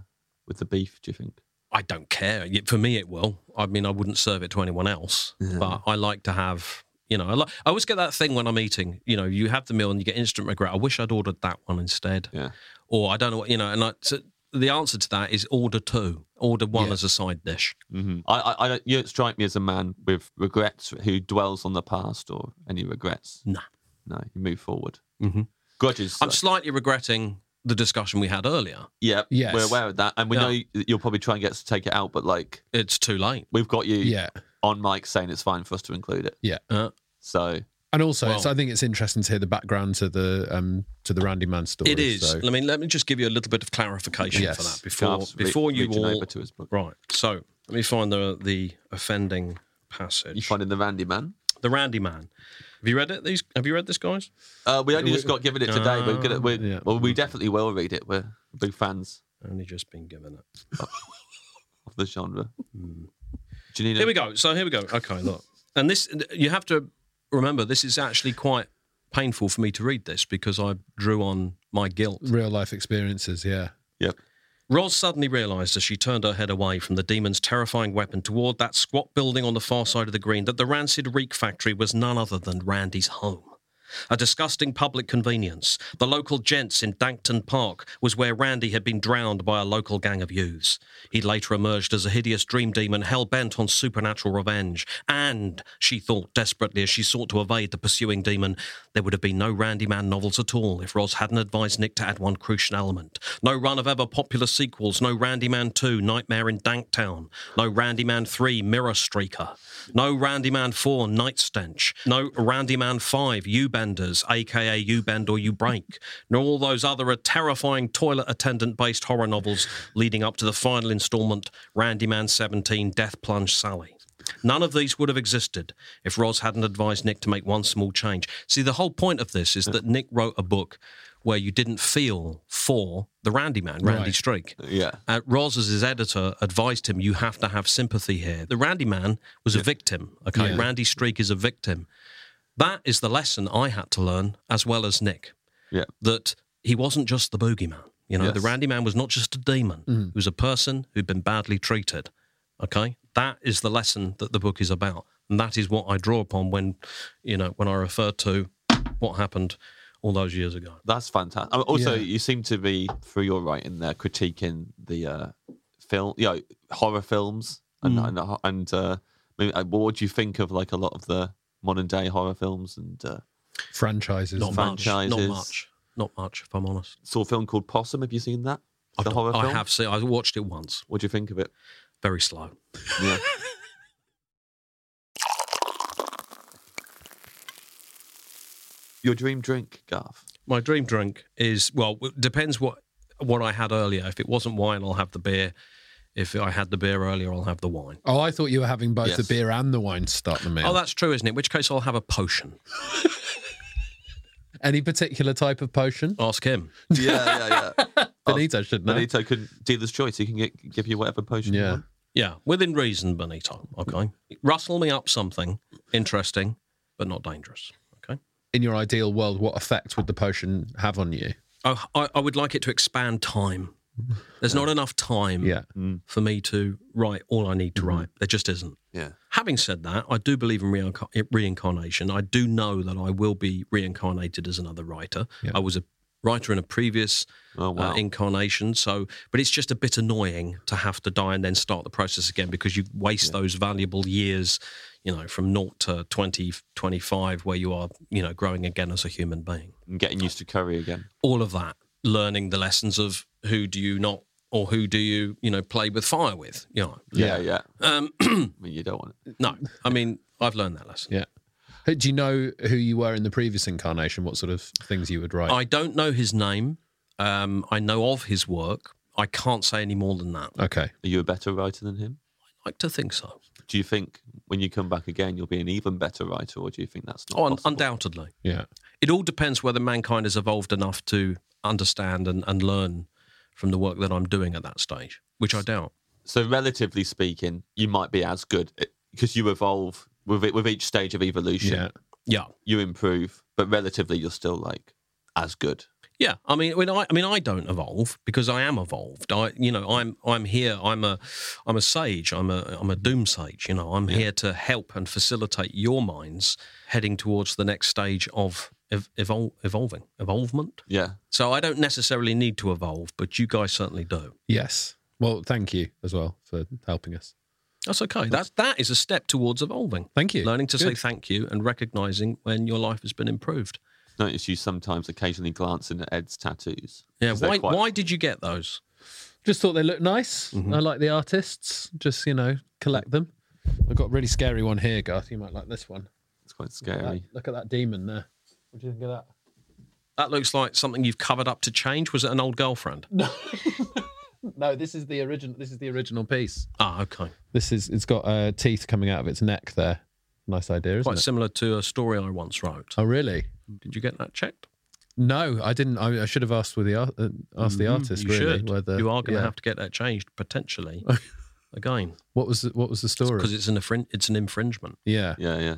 Speaker 3: with the beef? Do you think?
Speaker 4: I don't care. It- For me, it will. I mean, I wouldn't serve it to anyone else, but I like to have. You know, I, like, I always get that thing when I'm eating. You know, you have the meal and you get instant regret. I wish I'd ordered that one instead.
Speaker 3: Yeah.
Speaker 4: Or I don't know what, you know, and I, so the answer to that is order two, order one
Speaker 2: Yeah.
Speaker 4: as a side dish.
Speaker 3: Mm-hmm. I, I, I don't, you don't strike me as a man with regrets who dwells on the past or any regrets.
Speaker 4: Nah.
Speaker 3: No, you move forward.
Speaker 4: Mm-hmm.
Speaker 3: Grudges.
Speaker 4: I'm
Speaker 3: uh,
Speaker 4: slightly regretting the discussion we had earlier.
Speaker 3: yeah,
Speaker 2: Yes.
Speaker 3: we're aware of that, and we
Speaker 4: Yeah.
Speaker 3: know you- you'll probably try and get us to take it out, but like
Speaker 4: It's too late.
Speaker 3: we've got you
Speaker 2: Yeah.
Speaker 3: on mic saying it's fine for us to include it.
Speaker 2: Yeah.
Speaker 4: Uh,
Speaker 3: So
Speaker 2: And also,
Speaker 4: Well-
Speaker 2: it's, I think it's interesting to hear the background to the um to the Randy Man story.
Speaker 4: It is.
Speaker 2: so-
Speaker 4: I mean, let me just give you a little bit of clarification
Speaker 2: Yes.
Speaker 4: for that before
Speaker 3: Garth's re-
Speaker 4: before you
Speaker 3: reaching
Speaker 4: all.
Speaker 3: over to his book.
Speaker 4: Right. So let me find the the offending
Speaker 3: You
Speaker 4: passage.
Speaker 3: finding the Randy man?
Speaker 4: the Randy Man. Have you read it? These Have you read this, guys?
Speaker 3: Uh, we only just got given it today. We're gonna. We're,
Speaker 2: yeah.
Speaker 3: Well, we definitely will read it. We're big fans
Speaker 4: Only just been given it.
Speaker 3: of the genre. Hmm. Do you need?
Speaker 4: Here we go. So here we go. Okay, look. And this you have to remember. This is actually quite painful for me to read this because I drew on my guilt.
Speaker 2: real life experiences. Yeah.
Speaker 3: Yep.
Speaker 4: Roz suddenly realised as she turned her head away from the demon's terrifying weapon toward that squat building on the far side of the green that the rancid reek factory was none other than Randy's home. A disgusting public convenience. The local gents in Dankton Park was where Randy had been drowned by a local gang of youths. He'd later emerged as a hideous dream demon hell bent on supernatural revenge. And, she thought desperately as she sought to evade the pursuing demon, there would have been no Randy Man novels at all if Roz hadn't advised Nick to add one crucial element. No run of ever popular sequels, no Randy Man 2, Nightmare in Danktown, no Randy Man 3, Mirror Streaker, no Randy Man 4, Night Stench, no Randy Man 5, U Benders, aka You Bend or You Break, nor all those other terrifying toilet attendant based horror novels leading up to the final installment, Randy Man 17, Death Plunge Sally. None of these would have existed if Roz hadn't advised Nick to make one small change. See, the whole point of this is that Nick wrote a book where you didn't feel for the Randy man, Randy
Speaker 2: Right.
Speaker 4: Streak.
Speaker 3: Yeah.
Speaker 4: Uh, Roz, as his editor, advised him, you have to have sympathy here. The Randy man was a victim, okay?
Speaker 2: Yeah.
Speaker 4: Randy Streak is a victim. That is the lesson I had to learn, as well as Nick
Speaker 3: Yeah.
Speaker 4: that he wasn't just the boogeyman. You know, the
Speaker 3: Yes. Mm-hmm.
Speaker 4: Randy Man was not just a demon. He was a person who'd been badly treated. Okay, that is the lesson that the book is about, and that is what I draw upon when, you know, when I refer to what happened all those years ago.
Speaker 3: That's fantastic. I mean, also,
Speaker 2: Yeah.
Speaker 3: you seem to be through your writing there critiquing the uh, film, you know, horror films, and
Speaker 4: Mm.
Speaker 3: and, and uh, maybe, uh, what do you think of like a lot of the modern day horror films? And uh,
Speaker 2: franchises.
Speaker 4: Not much, not
Speaker 3: franchises.
Speaker 4: much, not much. If I'm honest,
Speaker 3: saw a film called Possum. Have you seen that?
Speaker 4: I've
Speaker 3: the
Speaker 4: not-
Speaker 3: horror
Speaker 4: I
Speaker 3: film.
Speaker 4: have seen. I watched it once.
Speaker 3: What do you think of it?
Speaker 4: Very slow.
Speaker 3: Yeah. Your dream drink, Garth.
Speaker 4: My dream drink is well w- depends what what I had earlier. If it wasn't wine, I'll have the beer. If I had the beer earlier, I'll have the wine.
Speaker 2: Oh, I thought you were having both the
Speaker 3: Yes.
Speaker 2: beer and the wine to start the meal.
Speaker 4: Oh, that's true, isn't it? In which case, I'll have a potion.
Speaker 2: Any particular type of potion?
Speaker 4: Ask him.
Speaker 3: Yeah, yeah, yeah.
Speaker 2: Benito should know.
Speaker 3: Benito can dealer's choice. He can get, give you whatever potion you
Speaker 2: Yeah.
Speaker 3: want.
Speaker 4: Yeah, within reason, Benito. Okay, rustle me up something interesting, but not dangerous. Okay.
Speaker 2: In your ideal world, what effect would the potion have on you?
Speaker 4: Oh, I, I would like it to expand time. There's not enough time
Speaker 2: Yeah.
Speaker 3: Hmm.
Speaker 4: for me to write all I need to write. There just isn't.
Speaker 3: Yeah.
Speaker 4: Having said that, I do believe in reinc- reincarnation. I do know that I will be reincarnated as another writer.
Speaker 2: Yeah.
Speaker 4: I was a writer in a previous
Speaker 3: Oh,
Speaker 4: uh,
Speaker 3: wow.
Speaker 4: incarnation, so but it's just a bit annoying to have to die and then start the process again because you waste those valuable years, you know, from naught to 20, 25 where you are, you know, growing again as a human being
Speaker 3: and getting used to curry again.
Speaker 4: all of that learning the lessons of who do you not or who do you you know play with fire with you know
Speaker 3: Yeah, yeah.
Speaker 4: um
Speaker 3: I mean, you don't want it.
Speaker 4: no i mean i've learned that lesson
Speaker 2: Yeah. Who- Do you know who you were in the previous incarnation? What sort of things you would write?
Speaker 4: i don't know his name um i know of his work i can't say any more than that i
Speaker 2: okay.
Speaker 3: Are you a better writer than him?
Speaker 4: like to think so
Speaker 3: Do you think when you come back again you'll be an even better writer, or do you think that's not?
Speaker 4: oh un-
Speaker 3: possible?
Speaker 4: undoubtedly
Speaker 2: Yeah.
Speaker 4: it all depends whether mankind has evolved enough to understand and, and learn from the work that i'm doing at that stage which i doubt
Speaker 3: So, relatively speaking, you might be as good because you evolve with it, with each stage of evolution.
Speaker 2: Yeah.
Speaker 4: yeah
Speaker 3: You improve, but relatively, you're still like as good.
Speaker 4: Yeah, I mean, when I, I mean, I don't evolve because I am evolved. I, you know, I'm, I'm here. I'm a, I'm a sage. I'm a, I'm a doom sage. You know, I'm here to help and facilitate your minds heading towards the next stage of ev- evol- evolving, evolvement.
Speaker 3: Yeah.
Speaker 4: So I don't necessarily need to evolve, but you guys certainly do.
Speaker 2: Yes. Well, thank you as well for helping us.
Speaker 4: That's okay. That's that is a step towards evolving.
Speaker 2: Thank you.
Speaker 4: Learning to say
Speaker 2: Good.
Speaker 4: thank you and recognizing when your life has been improved.
Speaker 3: Notice you sometimes occasionally glancing at Ed's tattoos.
Speaker 4: Yeah.
Speaker 3: 'Cause they're
Speaker 4: Why?
Speaker 3: quite-
Speaker 4: Why did you get those?
Speaker 2: Just thought they looked nice.
Speaker 4: Mm-hmm.
Speaker 2: I like the artists. Just, you know, collect them. I've got a really scary one here, Garth. You might like this one.
Speaker 3: It's quite
Speaker 2: Look at
Speaker 3: scary.
Speaker 2: that- look at that demon there. What do you think of that?
Speaker 4: That looks like something you've covered up to change. Was it an old girlfriend?
Speaker 2: No, this is the original. This is the original piece.
Speaker 4: Ah, okay.
Speaker 2: This is. It's got uh, teeth coming out of its neck there. Nice idea, isn't
Speaker 4: Quite
Speaker 2: it?
Speaker 4: similar to a story I once wrote.
Speaker 2: oh, really?
Speaker 4: Did you get that checked?
Speaker 2: No, I didn't. I, I should have asked with the ar- uh, asked the artist.
Speaker 4: Mm, you
Speaker 2: really,
Speaker 4: should.
Speaker 2: whether-
Speaker 4: you are going to
Speaker 2: yeah.
Speaker 4: have to get that changed potentially again
Speaker 2: What was the, what was the story?
Speaker 4: because it's an infrin- it's an infringement.
Speaker 2: yeah,
Speaker 3: Yeah, yeah.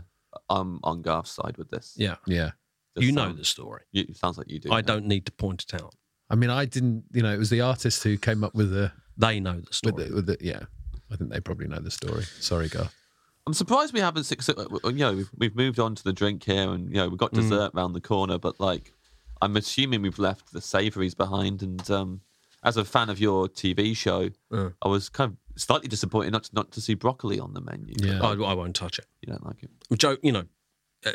Speaker 3: I'm on Garth's side with this.
Speaker 4: Yeah,
Speaker 2: yeah.
Speaker 3: This
Speaker 4: you know
Speaker 3: sound-
Speaker 4: the story.
Speaker 3: you- It sounds like you do.
Speaker 4: I
Speaker 3: yeah.
Speaker 4: don't need to point it out.
Speaker 2: I mean, I didn't. You know, it was the artist who came up with the
Speaker 4: They know the story.
Speaker 2: with the, with the yeah. I think they probably know the story. Sorry, Garth.
Speaker 3: I'm surprised we haven't. Six, you know, we've, we've moved on to the drink here, and you know, we've got dessert round the corner. But like, I'm assuming we've left the savouries behind. And um, as a fan of your TV show,
Speaker 4: Mm.
Speaker 3: I was kind of slightly disappointed not to, not to see broccoli on the menu. but,
Speaker 2: Yeah.
Speaker 4: I,
Speaker 3: like,
Speaker 4: I won't touch it.
Speaker 3: you don't like it.
Speaker 4: Joe, you know, uh,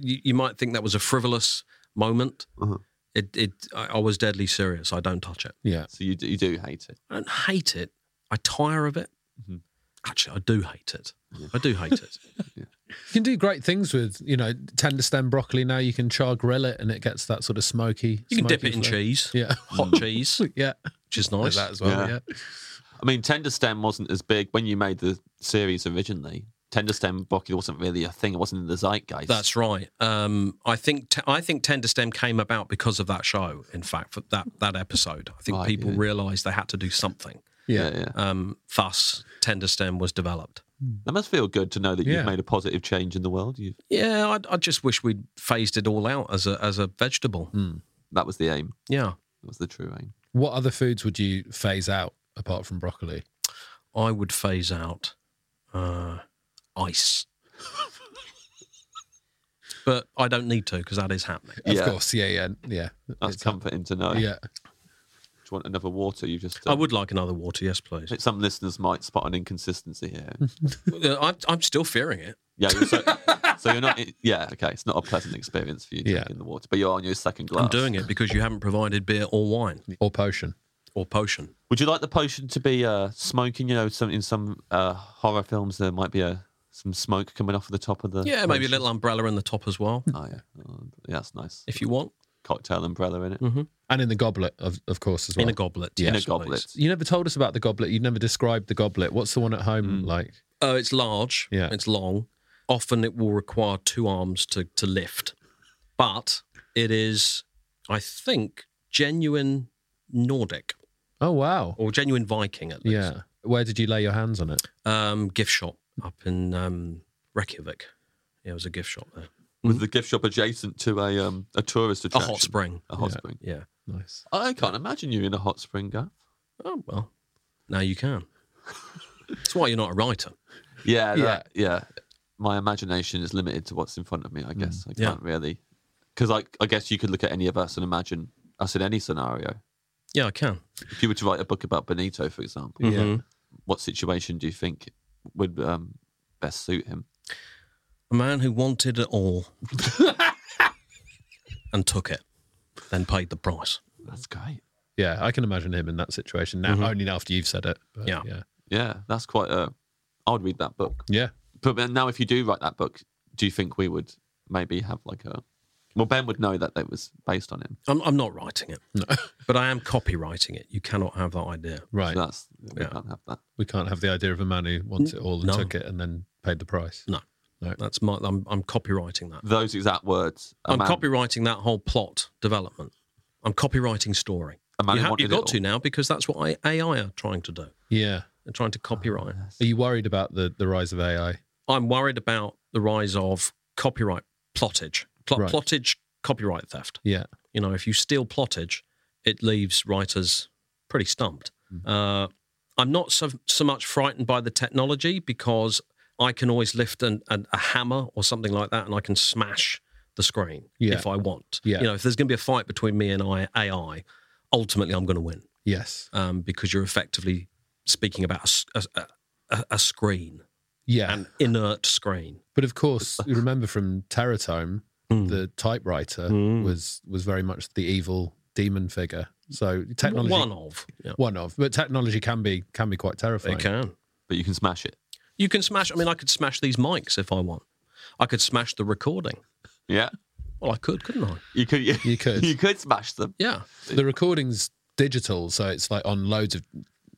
Speaker 4: you, you might think that was a frivolous moment.
Speaker 3: Uh-huh.
Speaker 4: It, it, I, I was deadly serious. I don't touch it.
Speaker 2: Yeah,
Speaker 3: So you do, you do hate it.
Speaker 4: I don't hate it. I tire of it.
Speaker 3: Mhm.
Speaker 4: Actually, I do hate it. I do hate it.
Speaker 2: you can do great things with you know tender stem broccoli. Now you can char grill it, and it gets that sort of smoky.
Speaker 4: You can dip
Speaker 2: smoky
Speaker 4: it in
Speaker 2: flavour.
Speaker 4: cheese,
Speaker 2: Yeah,
Speaker 4: hot cheese, which
Speaker 2: yeah,
Speaker 4: is
Speaker 2: like
Speaker 4: nice.
Speaker 2: that as well.
Speaker 3: Yeah.
Speaker 2: yeah.
Speaker 3: I mean, Tender Stem wasn't as big when you made the series originally. Tender Stem broccoli wasn't really a thing. It wasn't in the zeitgeist.
Speaker 4: That's right. Um, I think t- I think Tender Stem came about because of that show. In fact, for that that episode, I think
Speaker 3: Right,
Speaker 4: people
Speaker 3: yeah.
Speaker 4: realised they had to do something.
Speaker 3: yeah, yeah.
Speaker 4: Um, thus, Tender Stem was developed.
Speaker 3: That must feel good to know that
Speaker 2: Yeah.
Speaker 3: you've made a positive change in the world. You've
Speaker 4: Yeah, I, I just wish we'd phased it all out as a as a vegetable.
Speaker 3: that was the aim.
Speaker 4: Yeah,
Speaker 3: That was the true aim.
Speaker 2: What other foods would you phase out apart from broccoli?
Speaker 4: I would phase out uh, ice. but I don't need to because that is happening.
Speaker 2: Of
Speaker 3: Yeah.
Speaker 2: course, yeah, yeah, yeah,
Speaker 3: That's comforting to know.
Speaker 2: yeah.
Speaker 3: Do you want another water? You just. uh,
Speaker 4: I would like another water, yes, please.
Speaker 3: Some listeners might spot an inconsistency here.
Speaker 4: Uh, I'm, I'm still fearing it.
Speaker 3: Yeah. So, so you're not. Yeah. Okay. It's not a pleasant experience for you
Speaker 2: Yeah.
Speaker 3: drinking the water, but you're on your second glass.
Speaker 4: I'm doing it because you haven't provided beer or wine
Speaker 2: Or potion.
Speaker 4: or potion.
Speaker 3: Would you like the potion to be uh, smoking? You know, some in some uh, horror films there might be a some smoke coming off the top of the.
Speaker 4: Yeah, maybe a
Speaker 3: potion.
Speaker 4: little umbrella in the top as well,
Speaker 3: Oh yeah. Oh, yeah, that's nice.
Speaker 4: if you want.
Speaker 3: Cocktail umbrella in it.
Speaker 2: And in the goblet, of, of course, as well.
Speaker 4: In a goblet.
Speaker 3: In a
Speaker 4: yes,
Speaker 3: goblet.
Speaker 4: please.
Speaker 2: You never told us about the goblet. You never described the goblet. What's the one at home like?
Speaker 4: Oh, it's large.
Speaker 2: Yeah.
Speaker 4: It's long. Often it will require two arms to, to lift. But it is, I think, genuine Nordic
Speaker 2: Oh wow.
Speaker 4: or genuine Viking at least.
Speaker 2: Yeah. Where did you lay your hands on it?
Speaker 4: Um, gift shop up in um, Reykjavik. Yeah, it was a gift shop there.
Speaker 3: Was the gift shop adjacent to a um, a tourist
Speaker 4: Mm-hmm. A
Speaker 3: attraction?
Speaker 4: hot spring.
Speaker 3: A hot
Speaker 2: Yeah.
Speaker 3: spring.
Speaker 4: Yeah.
Speaker 2: Nice.
Speaker 3: I can't imagine you in a hot spring, Gav.
Speaker 4: Oh, well, now you can. That's why you're not a writer.
Speaker 3: Yeah,
Speaker 2: Yeah.
Speaker 3: that, yeah, My imagination is limited to what's in front of me. I guess I
Speaker 4: Mm, yeah.
Speaker 3: can't really, because I, I guess you could look at any of us and imagine us in any scenario.
Speaker 4: Yeah, I can.
Speaker 3: If you were to write a book about Benito, for example,
Speaker 2: Mm-hmm.
Speaker 4: Mhm.
Speaker 3: what situation do you think would um, best suit him?
Speaker 4: A man who wanted it all and took it, then paid the price.
Speaker 3: That's great.
Speaker 2: Yeah, I can imagine him in that situation now. Only after you've said it. But,
Speaker 4: Yeah.
Speaker 2: Mm-hmm. yeah.
Speaker 3: Yeah, that's quite a. I would read that book.
Speaker 2: Yeah.
Speaker 3: But then now, if you do write that book, do you think we would maybe have like a? Well, Ben would know that it was based on him.
Speaker 4: I'm, I'm not writing it, but I am copywriting it. You cannot have that idea.
Speaker 2: Right.
Speaker 3: So that's we
Speaker 4: Yeah.
Speaker 3: can't have that.
Speaker 2: We can't have the idea of a man who wants it all and
Speaker 4: No.
Speaker 2: took it and then paid the price.
Speaker 4: No,
Speaker 2: No.
Speaker 4: that's my. I'm, I'm copywriting that.
Speaker 3: Those exact words. a
Speaker 4: I'm
Speaker 3: man-
Speaker 4: copywriting that whole plot development. I'm copywriting story.
Speaker 3: A man
Speaker 4: you
Speaker 3: who
Speaker 4: have,
Speaker 3: wanted
Speaker 4: you've
Speaker 3: it
Speaker 4: got to
Speaker 3: all.
Speaker 4: now because that's what I, AI are trying to do.
Speaker 2: Yeah.
Speaker 4: They're trying
Speaker 3: Ah,
Speaker 4: to copyright.
Speaker 2: Are you worried about the, the rise of AI?
Speaker 4: I'm worried about the rise of copyright plottage, Plot,
Speaker 2: Right.
Speaker 4: plottage, copyright theft.
Speaker 2: Yeah.
Speaker 4: You know, if you steal plottage, it leaves writers pretty stumped.
Speaker 2: Mm.
Speaker 4: Uh, I'm not so, so much frightened by the technology because I can always lift an, an, a hammer or something like that and I can smash the screen
Speaker 2: Yeah.
Speaker 4: if I want.
Speaker 2: Yeah.
Speaker 4: You know, if there's going to be a fight between me and I, AI, ultimately I'm going to win
Speaker 2: Yes.
Speaker 4: um, because you're effectively speaking about a s- a, a- a- a screen,
Speaker 2: Yeah.
Speaker 4: an inert screen.
Speaker 2: But of course, you remember from Terror Tome,
Speaker 4: Hmm.
Speaker 2: the typewriter was was very much the evil demon figure. So technology,
Speaker 4: One of. Yeah.
Speaker 2: one of, but technology can be can be quite
Speaker 4: They
Speaker 2: terrifying.
Speaker 4: can.
Speaker 3: but you can smash it.
Speaker 4: You can smash. I mean, I could smash these mics if I want. I could smash the recording.
Speaker 3: Yeah,
Speaker 4: Well, I could, couldn't I?
Speaker 3: you could. You,
Speaker 2: You could.
Speaker 3: You could smash them.
Speaker 4: Yeah.
Speaker 2: The recording's digital, so it's like on loads of,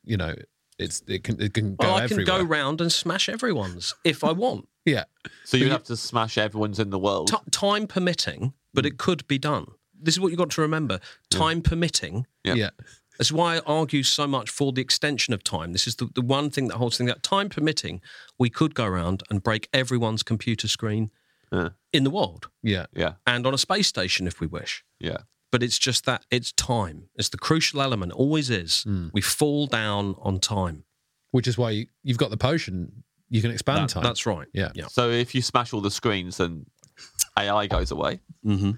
Speaker 2: you know, it's it can it can go
Speaker 4: Well, Oh, I
Speaker 2: everywhere.
Speaker 4: can go round and smash everyone's if I want,
Speaker 2: yeah,
Speaker 3: So you'd have to smash everyone's in the world.
Speaker 4: T- time permitting. But it could be done. This is what you've got to remember: time permitting.
Speaker 3: Yeah.
Speaker 2: yeah,
Speaker 4: That's why I argue so much for the extension of time. This is the, the one thing that holds thing that time permitting, we could go around and break everyone's computer screen
Speaker 3: Yeah.
Speaker 4: in the world
Speaker 2: yeah,
Speaker 3: Yeah,
Speaker 4: and on a space station if we wish.
Speaker 3: yeah.
Speaker 4: but it's just that it's time. It's the crucial element. Always is.
Speaker 2: Hmm.
Speaker 4: We fall down on time.
Speaker 2: Which is why you, you've got the potion. You can expand
Speaker 4: That-
Speaker 2: time.
Speaker 4: That's right.
Speaker 2: Yeah.
Speaker 4: Yeah.
Speaker 3: So if you smash all the screens, then AI goes away,
Speaker 4: hmm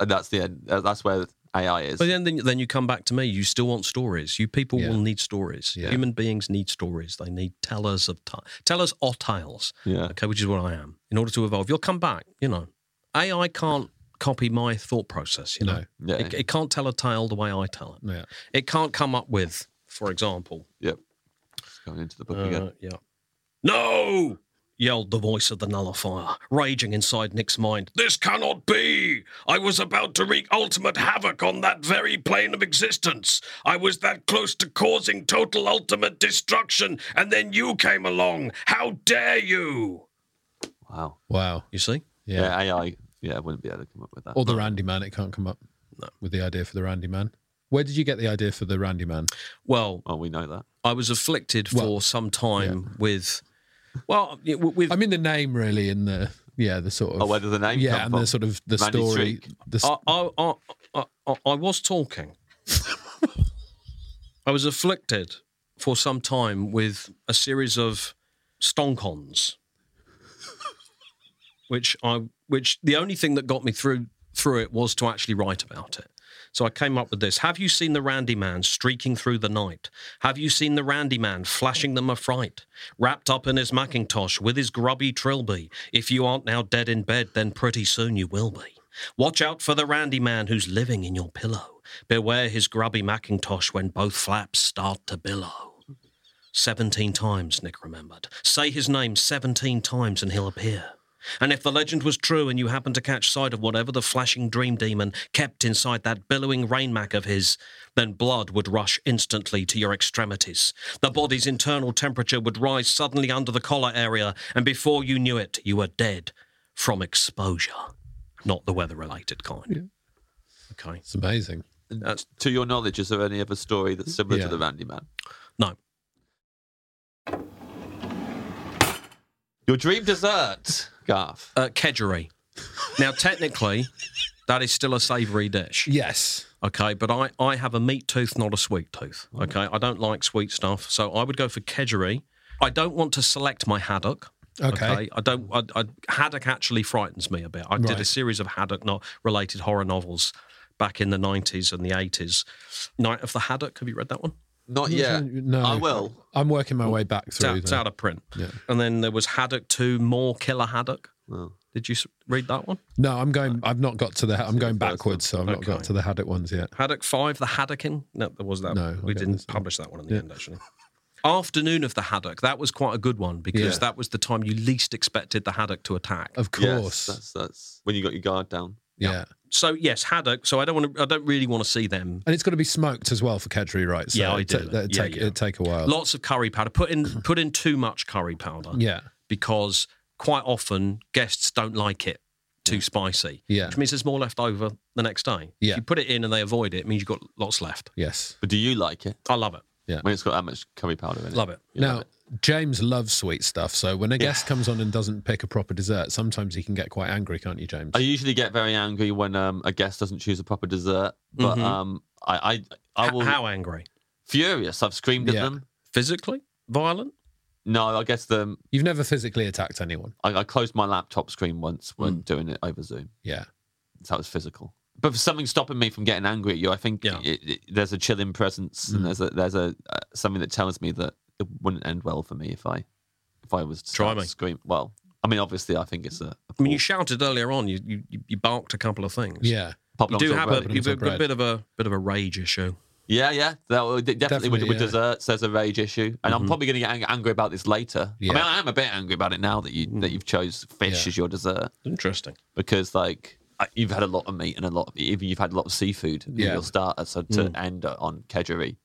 Speaker 3: and that's the end. Uh, That's where AI is.
Speaker 4: But then, then, then you come back to me. You still want stories. You people
Speaker 2: Yeah.
Speaker 4: will need stories.
Speaker 2: Yeah.
Speaker 4: Human beings need stories. They need tellers of time, tellers or tales.
Speaker 3: Yeah.
Speaker 4: Okay, which is what I am. In order to evolve, you'll come back. You know, AI can't copy my thought process. You
Speaker 2: No.
Speaker 4: know,
Speaker 3: Yeah.
Speaker 4: it, it can't tell a tale the way I tell it.
Speaker 2: Yeah.
Speaker 4: It can't come up with, for example,
Speaker 3: Yep. It's going into the book
Speaker 4: Uh,
Speaker 3: again.
Speaker 4: yeah. No! yelled the voice of the nullifier, raging inside Nick's mind. This cannot be! I was about to wreak ultimate havoc on that very plane of existence. I was that close to causing total ultimate destruction, and then you came along. How dare you!
Speaker 3: Wow.
Speaker 2: Wow.
Speaker 4: You see?
Speaker 2: Yeah.
Speaker 3: Yeah. AI. Yeah, wouldn't be able to come up with that.
Speaker 2: Or the Randy Man. It can't come up with the idea for the Randy Man. Where did you get the idea for the Randy Man?
Speaker 4: Well,
Speaker 3: Well, we know that.
Speaker 4: I was afflicted
Speaker 2: Well,
Speaker 4: for some time with. Well, yeah, w- with
Speaker 2: I mean, the name really, and the yeah, the sort of
Speaker 3: Oh, where does the name come
Speaker 2: yeah, and
Speaker 3: from? Oh.
Speaker 2: the sort of the
Speaker 3: Randy
Speaker 2: story.
Speaker 3: Treak.
Speaker 2: The, s-
Speaker 4: I, I, I, I, I was talking. I was afflicted for some time with a series of stonkons, which I which the only thing that got me through through it was to actually write about it. So I came up with this. Have you seen the Randy Man streaking through the night? Have you seen the Randy Man flashing them a fright? Wrapped up in his Macintosh with his grubby trilby. If you aren't now dead in bed, then pretty soon you will be. Watch out for the Randy Man who's living in your pillow. Beware his grubby Macintosh when both flaps start to billow. 17 times, Nick remembered. Say his name 17 times and he'll appear. And if the legend was true and you happened to catch sight of whatever the flashing dream demon kept inside that billowing rainmack of his, then blood would rush instantly to your extremities. The body's internal temperature would rise suddenly under the collar area, and before you knew it, you were dead from exposure. Not the weather related kind. Okay.
Speaker 2: It's amazing.
Speaker 4: That's
Speaker 3: To your knowledge, is there any other story that's similar
Speaker 2: Yeah.
Speaker 3: to the Randy Man?
Speaker 4: no.
Speaker 3: Your dream dessert, Garth.
Speaker 4: Uh, kedgeree. Now, technically, that is still a savoury dish.
Speaker 2: Yes.
Speaker 4: Okay, but I, I have a meat tooth, not a sweet tooth. Okay, I don't like sweet stuff, so I would go for kedgeree. I don't want to select my haddock.
Speaker 2: Okay.
Speaker 4: I don't. I, I, haddock actually frightens me a bit. I did a
Speaker 2: Right.
Speaker 4: series of haddock not related horror novels back in the nineties and the eighties. Night of the Haddock. Have you read that one?
Speaker 3: Not yet.
Speaker 2: No.
Speaker 3: Oh, I will.
Speaker 2: I'm working my way back
Speaker 4: It's out,
Speaker 2: through.
Speaker 4: it's
Speaker 2: there.
Speaker 4: out of print.
Speaker 2: Yeah.
Speaker 4: And then there was Haddock Two, More Killer Haddock.
Speaker 3: Well,
Speaker 4: Did you s- read that one?
Speaker 2: No, I'm going. I've not got to the. I'm going
Speaker 3: first one.
Speaker 2: backwards, so I've not got
Speaker 4: Okay.
Speaker 2: to the Haddock ones yet.
Speaker 4: Haddock Five, the Haddockin. No, there was that.
Speaker 2: No,
Speaker 4: we
Speaker 2: I get
Speaker 4: didn't
Speaker 2: this.
Speaker 4: publish that one in the
Speaker 2: Yeah.
Speaker 4: end, actually. Afternoon of the Haddock. That was quite a good one because
Speaker 2: Yeah. Uh,
Speaker 4: that was the time you least expected the Haddock to attack.
Speaker 2: Of
Speaker 3: yes,
Speaker 2: course.
Speaker 3: that's that's when you got your guard down.
Speaker 2: yeah.
Speaker 4: So yes, Haddock. So I don't want to. I don't really want to see them.
Speaker 2: and it's got to be smoked as well for Kedri, right? So
Speaker 4: Yeah, I
Speaker 2: it'd ta-
Speaker 4: do.
Speaker 2: that'd
Speaker 4: Yeah,
Speaker 2: take
Speaker 4: yeah.
Speaker 2: it'd take a while.
Speaker 4: Lots of curry powder. Put in put in too much curry powder
Speaker 2: Uh, yeah,
Speaker 4: because quite often guests don't like it too spicy.
Speaker 2: Yeah.
Speaker 4: which means there's more left over the next day.
Speaker 2: Yeah.
Speaker 4: if you put it in and they avoid it, it means you've got lots left.
Speaker 2: yes.
Speaker 3: But do you like it
Speaker 4: I love it.
Speaker 3: when it's got that much curry powder in it?
Speaker 4: Love it.
Speaker 3: You
Speaker 2: now
Speaker 3: love it.
Speaker 2: James loves sweet stuff, so when a guest comes on and doesn't pick a proper dessert, sometimes he can get quite angry, can't you, James?
Speaker 3: I usually get very angry when um, a guest doesn't choose a proper dessert, but
Speaker 4: Mhm.
Speaker 3: um, I, I I
Speaker 4: H-
Speaker 3: will
Speaker 4: How angry?
Speaker 3: furious. I've screamed at
Speaker 2: Yeah.
Speaker 3: them.
Speaker 4: Physically violent?
Speaker 3: No, I guess them.
Speaker 2: You've never physically attacked anyone.
Speaker 3: I, I closed my laptop screen once when
Speaker 4: Mm.
Speaker 3: doing it over Zoom.
Speaker 2: Yeah,
Speaker 3: That was physical. But for something stopping me from getting angry at you, I think
Speaker 4: Yeah. Mm.
Speaker 3: it, it- there's a chilling presence and there's a there's a uh, something that tells me that it wouldn't end well for me if I if I was to
Speaker 4: Try
Speaker 3: start
Speaker 4: me.
Speaker 3: to scream. Well, I mean, obviously, I think it's a. a
Speaker 4: I mean, you shouted earlier on. You you, you barked a couple of things.
Speaker 2: yeah.
Speaker 3: pop
Speaker 4: you do have a,
Speaker 2: bread.
Speaker 4: you've got
Speaker 2: Bread.
Speaker 4: a bit of a bit of a rage issue.
Speaker 3: Yeah, yeah. That, will- de- definitely,
Speaker 2: Definitely,
Speaker 3: with, with
Speaker 2: yeah. Mm-hmm.
Speaker 3: desserts, there's a rage issue, and I'm probably going to get ang- angry about this later.
Speaker 2: Yeah. Mm.
Speaker 3: I mean, I am a bit angry about it now that you that you've chose fish
Speaker 2: Yeah.
Speaker 3: as your dessert
Speaker 4: Interesting.
Speaker 3: because like I- you've had a lot of meat and a lot of even you've had a lot of seafood in
Speaker 2: Yeah. Mm.
Speaker 3: your starter. So to end on kedgeree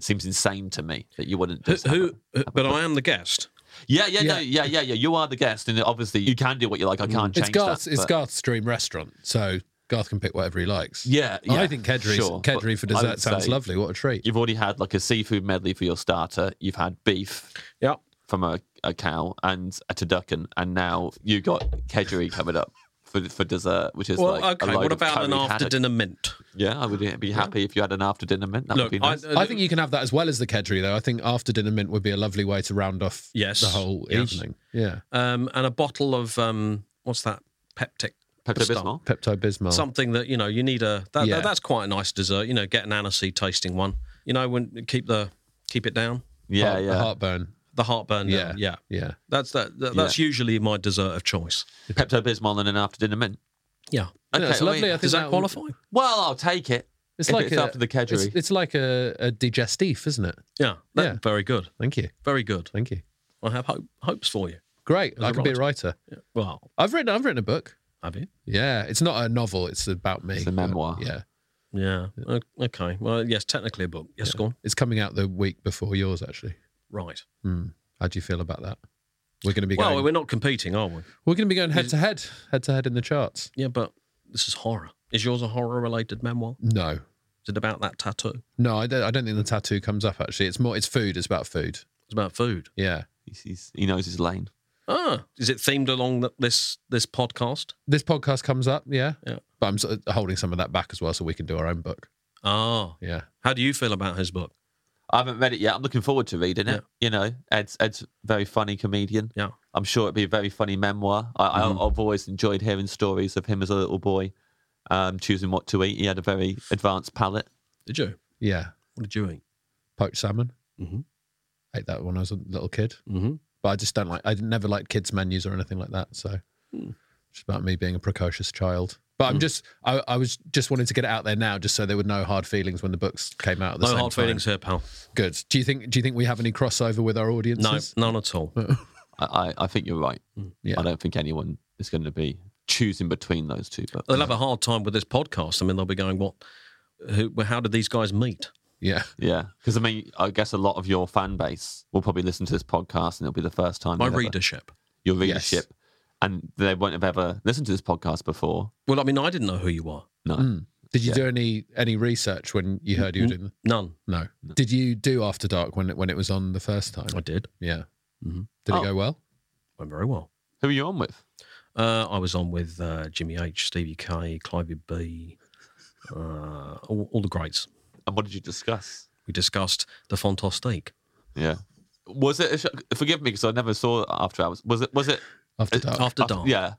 Speaker 3: seems insane to me that you wouldn't.
Speaker 4: Who,
Speaker 3: Just have
Speaker 4: who,
Speaker 3: a-
Speaker 4: but I am the guest.
Speaker 3: yeah, yeah, no,
Speaker 2: Yeah. Mm.
Speaker 3: yeah, yeah, yeah. You are the guest, and obviously you can do what you like. I can't
Speaker 2: It's
Speaker 3: change
Speaker 2: Garth's.
Speaker 3: that.
Speaker 2: it's
Speaker 3: but-
Speaker 2: Garth's dream restaurant, so Garth can pick whatever he likes.
Speaker 3: Yeah, yeah,
Speaker 2: I think Kedri
Speaker 3: sure, but
Speaker 2: Kedri for
Speaker 3: I would
Speaker 2: dessert sounds
Speaker 3: say
Speaker 2: lovely. What a treat!
Speaker 3: You've already had like a seafood medley for your starter. You've had beef.
Speaker 4: Yeah.
Speaker 3: from a, a cow and a turducken, and now you got kedgeree coming up for for dessert, which is
Speaker 4: Well,
Speaker 3: like a
Speaker 4: okay.
Speaker 3: load
Speaker 4: What
Speaker 3: of
Speaker 4: about an
Speaker 3: curried
Speaker 4: after
Speaker 3: haddock.
Speaker 4: dinner mint?
Speaker 3: Yeah, I would be happy if you had an after dinner mint. That would be nice.
Speaker 4: uh,
Speaker 2: I think you can have that as well as the Kedri, though. I think after dinner mint would be a lovely way to round off
Speaker 4: Yes.
Speaker 2: the whole
Speaker 4: Yes.
Speaker 2: evening. Yeah,
Speaker 4: um, and a bottle of um, what's that? Peptic.
Speaker 3: Pepto
Speaker 4: Stop.
Speaker 3: Bismol.
Speaker 2: Pepto Bismol.
Speaker 4: Something that you know you need a. That,
Speaker 2: Yeah.
Speaker 4: that, that's quite a nice dessert. You know, get an aniseed tasting one. You know, when keep the keep it down.
Speaker 3: Yeah,
Speaker 2: Heart-
Speaker 3: yeah.
Speaker 2: heartburn.
Speaker 4: The heartburn.
Speaker 2: Yeah.
Speaker 4: down. yeah.
Speaker 2: Yeah,
Speaker 4: That's that. that that's usually my dessert of choice.
Speaker 3: Pepto Bismol and an after dinner mint.
Speaker 4: Yeah.
Speaker 3: Okay,
Speaker 2: it's
Speaker 3: well,
Speaker 2: lovely.
Speaker 3: yeah.
Speaker 2: I think
Speaker 4: Does that
Speaker 2: that would-
Speaker 4: qualify?
Speaker 3: Well, I'll take it.
Speaker 2: it's
Speaker 3: If
Speaker 2: like
Speaker 3: it's
Speaker 2: a,
Speaker 3: after the
Speaker 2: It's,
Speaker 3: kedgeree.
Speaker 2: it's like a, a digestif, isn't it?
Speaker 4: Yeah. That,
Speaker 2: Yeah.
Speaker 4: Very good.
Speaker 2: Thank you,
Speaker 4: Very good.
Speaker 2: thank you.
Speaker 4: I have hope, hopes for you.
Speaker 2: Great,
Speaker 4: As
Speaker 2: I
Speaker 4: a
Speaker 2: could be a writer.
Speaker 4: Well,
Speaker 2: I've written. I've written a book.
Speaker 4: have you?
Speaker 2: Yeah, it's not a novel. It's about me.
Speaker 3: It's a
Speaker 2: but
Speaker 3: memoir.
Speaker 2: Yeah,
Speaker 4: Yeah. O- Okay. Well, yes, technically a book. Yes, go on.
Speaker 2: it's coming out the week before yours. Actually,
Speaker 4: Right.
Speaker 2: Hmm. how do you feel about that? We're going to be
Speaker 4: well,
Speaker 2: going.
Speaker 4: we're not competing, are we?
Speaker 2: We're going to be going head to head, head to head in the charts.
Speaker 4: Yeah, but this is horror. Is yours a horror related memoir?
Speaker 2: No,
Speaker 4: Is it about that tattoo?
Speaker 2: no, I don't, I don't think the tattoo comes up. Actually, it's more. It's food. It's about food.
Speaker 4: It's about food.
Speaker 2: Yeah,
Speaker 3: He's, he's, he knows his lane.
Speaker 4: Ah, is it themed along th- this this podcast?
Speaker 2: this podcast comes up. Yeah,
Speaker 4: Yeah.
Speaker 2: But I'm uh, sort of holding some of that back as well, so we can do our own book.
Speaker 4: Ah,
Speaker 2: Yeah,
Speaker 4: how do you feel about his book?
Speaker 3: I haven't read it yet. I'm looking forward to reading it. You know, Ed's Ed's a very funny comedian.
Speaker 4: Yeah.
Speaker 3: I'm sure it'd be a very funny memoir. I,
Speaker 2: Mm-hmm.
Speaker 3: I, I've always enjoyed hearing stories of him as a little boy, um, choosing what to eat. He had a very advanced palate.
Speaker 4: Did you?
Speaker 2: Yeah.
Speaker 4: What did you eat?
Speaker 2: Poached salmon.
Speaker 4: Mhm.
Speaker 2: Ate that when I was a little kid.
Speaker 4: Mm-hmm.
Speaker 2: But I just don't like, I never liked kids' menus or anything like that. So
Speaker 4: Hmm.
Speaker 2: it's about me being a precocious child. But I'm just, I, I was just wanting to get it out there now, just so there were no hard feelings when the books came out. At the
Speaker 4: No
Speaker 2: same
Speaker 4: hard
Speaker 2: time.
Speaker 4: feelings here, pal.
Speaker 2: Good. Do you think? Do you think we have any crossover with our
Speaker 4: No,
Speaker 2: audiences?
Speaker 4: none at all.
Speaker 3: I, I, I think you're right.
Speaker 2: Mm. Yeah.
Speaker 3: I don't think anyone is going to be choosing between those two. But
Speaker 4: They'll have a hard time with this podcast. I mean, they'll be going, "What? Who? How did these guys meet?"
Speaker 2: Yeah.
Speaker 3: yeah, because I mean, I guess a lot of your fan base will probably listen to this podcast, and it'll be the first time
Speaker 4: My
Speaker 3: they'll ever-
Speaker 4: readership.
Speaker 3: your
Speaker 2: Yes.
Speaker 3: readership, and they won't have ever listened to this podcast before.
Speaker 4: Well, I mean, I didn't know who you are.
Speaker 3: No,
Speaker 2: Mm. Did you
Speaker 3: Yeah.
Speaker 2: do any any research when you heard you were doing? the-
Speaker 4: None.
Speaker 2: No. Did you do After Dark when it, when it was on the first time?
Speaker 4: I did.
Speaker 2: Yeah.
Speaker 4: Mhm.
Speaker 2: Did
Speaker 3: Oh.
Speaker 2: it go well?
Speaker 4: Went very well.
Speaker 3: who are you on with?
Speaker 4: Uh, I was on with uh, Jimmy H, Stevie K, Clivey B, uh, all, all the greats.
Speaker 3: And what did you discuss?
Speaker 4: We discussed the Fontos steak.
Speaker 3: Yeah, was it? A show, forgive me because I never saw After Hours. Was it? Was it?
Speaker 2: After Dark.
Speaker 4: After dark.
Speaker 3: Uh, Yeah,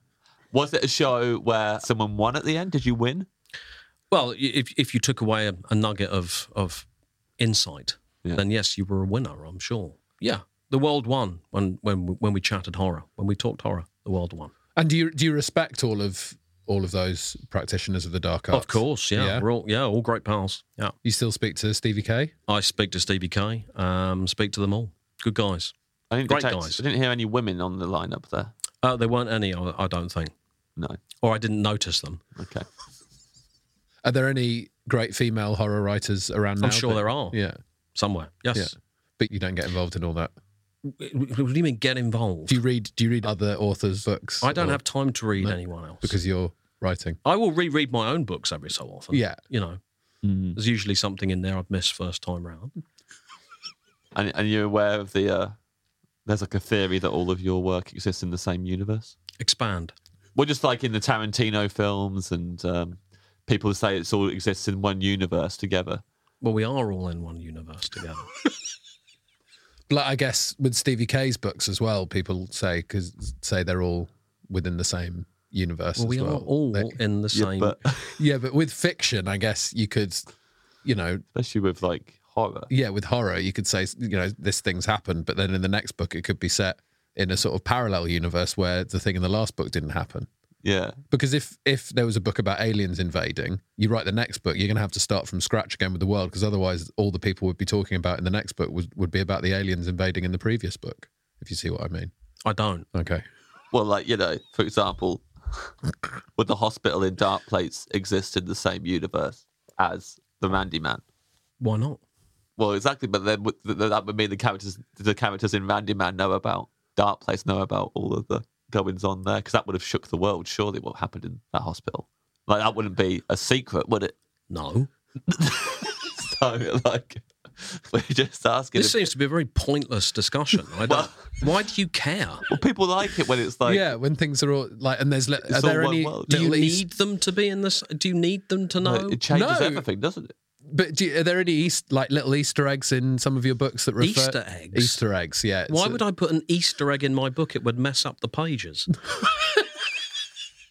Speaker 3: was it a show where someone won at the end? Did you win?
Speaker 4: Well, i- if if you took away a, a nugget of of insight,
Speaker 3: Yeah.
Speaker 4: then yes, you were a winner. I'm sure. Yeah, the world won when when we- when we chatted horror, when we talked horror. The world won.
Speaker 2: And do you do you respect all of all of those practitioners of the dark arts?
Speaker 4: Of course, yeah,
Speaker 2: Yeah.
Speaker 4: We're all yeah, all great pals. Yeah,
Speaker 2: You still speak to Stevie K?
Speaker 4: I speak to Stevie K. Um, speak to them all. Good guys.
Speaker 3: I didn't
Speaker 4: Great
Speaker 3: detect-
Speaker 4: guys.
Speaker 3: I didn't hear any women on the lineup there.
Speaker 4: Uh, there weren't any, I I don't think,
Speaker 3: No.
Speaker 4: or I didn't notice them.
Speaker 3: Okay.
Speaker 2: Are there any great female horror writers around now?
Speaker 4: I'm sure
Speaker 2: that-
Speaker 4: there are
Speaker 2: Yeah.
Speaker 4: somewhere. Yes.
Speaker 2: Yeah. But you don't get involved in all that.
Speaker 4: W- w- What do you mean get involved?
Speaker 2: Do you read do you read other authors' books?
Speaker 4: I don't
Speaker 2: or-
Speaker 4: have time to read
Speaker 2: No,
Speaker 4: anyone else
Speaker 2: because you're writing.
Speaker 4: I will reread my own books every so often.
Speaker 2: Yeah.
Speaker 4: you know,
Speaker 3: Mm.
Speaker 4: there's usually something in there I've missed first time round.
Speaker 3: And, and you're aware of the? Uh, there's like a theory that all of your work exists in the same universe.
Speaker 4: Expand.
Speaker 3: Well, just like in the Tarantino films, and um, people say it's all exists in one universe together.
Speaker 4: Well, we are all in one universe together.
Speaker 2: Like I guess with Stevie K's books as well, people say cause say they're all within the same universe
Speaker 4: well,
Speaker 2: as
Speaker 4: we
Speaker 2: well.
Speaker 4: are all
Speaker 2: They-
Speaker 4: in the
Speaker 3: Yeah,
Speaker 4: same.
Speaker 3: but
Speaker 2: yeah, but with fiction, I guess you could, you know,
Speaker 3: especially with like horror.
Speaker 2: yeah, with horror, you could say, you know, this thing's happened, but then in the next book, it could be set in a sort of parallel universe where the thing in the last book didn't happen.
Speaker 3: Yeah,
Speaker 2: Because if if there was a book about aliens invading, you write the next book, you're going to have to start from scratch again with the world, because otherwise, all the people would be talking about in the next book would, would be about the aliens invading in the previous book. If you see what I mean.
Speaker 4: I don't.
Speaker 2: Okay.
Speaker 3: well, like you know, for example, would the hospital in Dark Place exist in the same universe as the Randy Man?
Speaker 4: Why not?
Speaker 3: Well, exactly, but then would- th- that would mean the characters, the characters in Randy Man, know about Dark Place, know about all of the goings on there, because that would have shook the world. Surely, what happened in that hospital, like that wouldn't be a secret, would it?
Speaker 4: No.
Speaker 3: so, like, we're just asking.
Speaker 4: This
Speaker 3: if-
Speaker 4: seems to be a very pointless discussion. I don't.
Speaker 3: Well-
Speaker 4: Why do you care?
Speaker 3: well, people like it when it's like,
Speaker 2: yeah, when things are all like, and there's li- are
Speaker 3: all
Speaker 2: there
Speaker 3: one
Speaker 2: any
Speaker 3: world.
Speaker 4: Do you
Speaker 2: little East-
Speaker 4: need them to be in this? Do you need them to know?
Speaker 3: well, it changes
Speaker 2: No.
Speaker 3: everything, doesn't it?
Speaker 2: But do you, are there any East, like little Easter eggs in some of your books that refer
Speaker 4: Easter eggs?
Speaker 2: Easter eggs, yeah. It's
Speaker 4: Why
Speaker 2: a-
Speaker 4: would I put an Easter egg in my book? It would mess up the pages.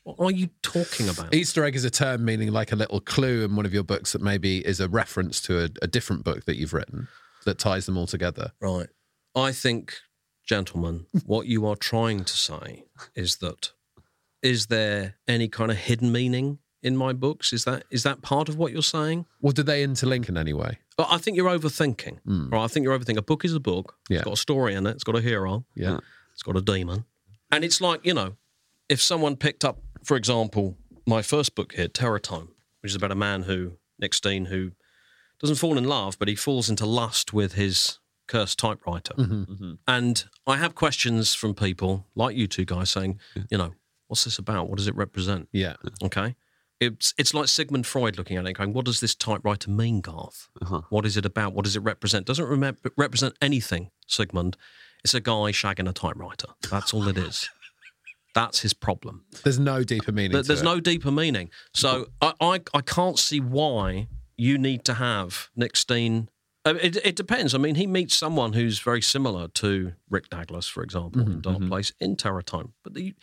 Speaker 4: what are you talking about?
Speaker 2: Easter egg is a term meaning like a little clue in one of your books that maybe is a reference to a, a different book that you've written that ties them all together.
Speaker 4: Right. I think, gentlemen, what you are trying to say is that is there any kind of hidden meaning in my books? Is that is that part of what you're saying?
Speaker 2: Well, do they interlink in any way?
Speaker 4: But I think you're overthinking. Right. I think you're overthinking. A book is a book.
Speaker 2: Yeah.
Speaker 4: It's got a story in it. It's got a hero.
Speaker 2: Yeah.
Speaker 4: It's got a demon. And it's like, you know, if someone picked up, for example, my first book here, Terror Time, which is about a man who, Nick Steen, who doesn't fall in love, but he falls into lust with his cursed typewriter. And I have questions from people like you two guys saying, you know, what's this about? What does it represent?
Speaker 2: Yeah.
Speaker 4: Okay. It's, it's like Sigmund Freud looking at it and going, what does this typewriter mean, Garth? What is it about? What does it represent? Doesn't remem- represent anything, Sigmund. It's a guy shagging a typewriter. That's all it is. That's his problem.
Speaker 2: There's no deeper meaning.
Speaker 4: There-
Speaker 2: to
Speaker 4: there's
Speaker 2: it.
Speaker 4: no deeper meaning. So I, I, I can't see why you need to have Nick Steen I mean, Uh, It, it depends. I mean, he meets someone who's very similar to Rick Douglas, for example,
Speaker 2: Mm-hmm,
Speaker 4: in Dark Place in Terror Time. But the,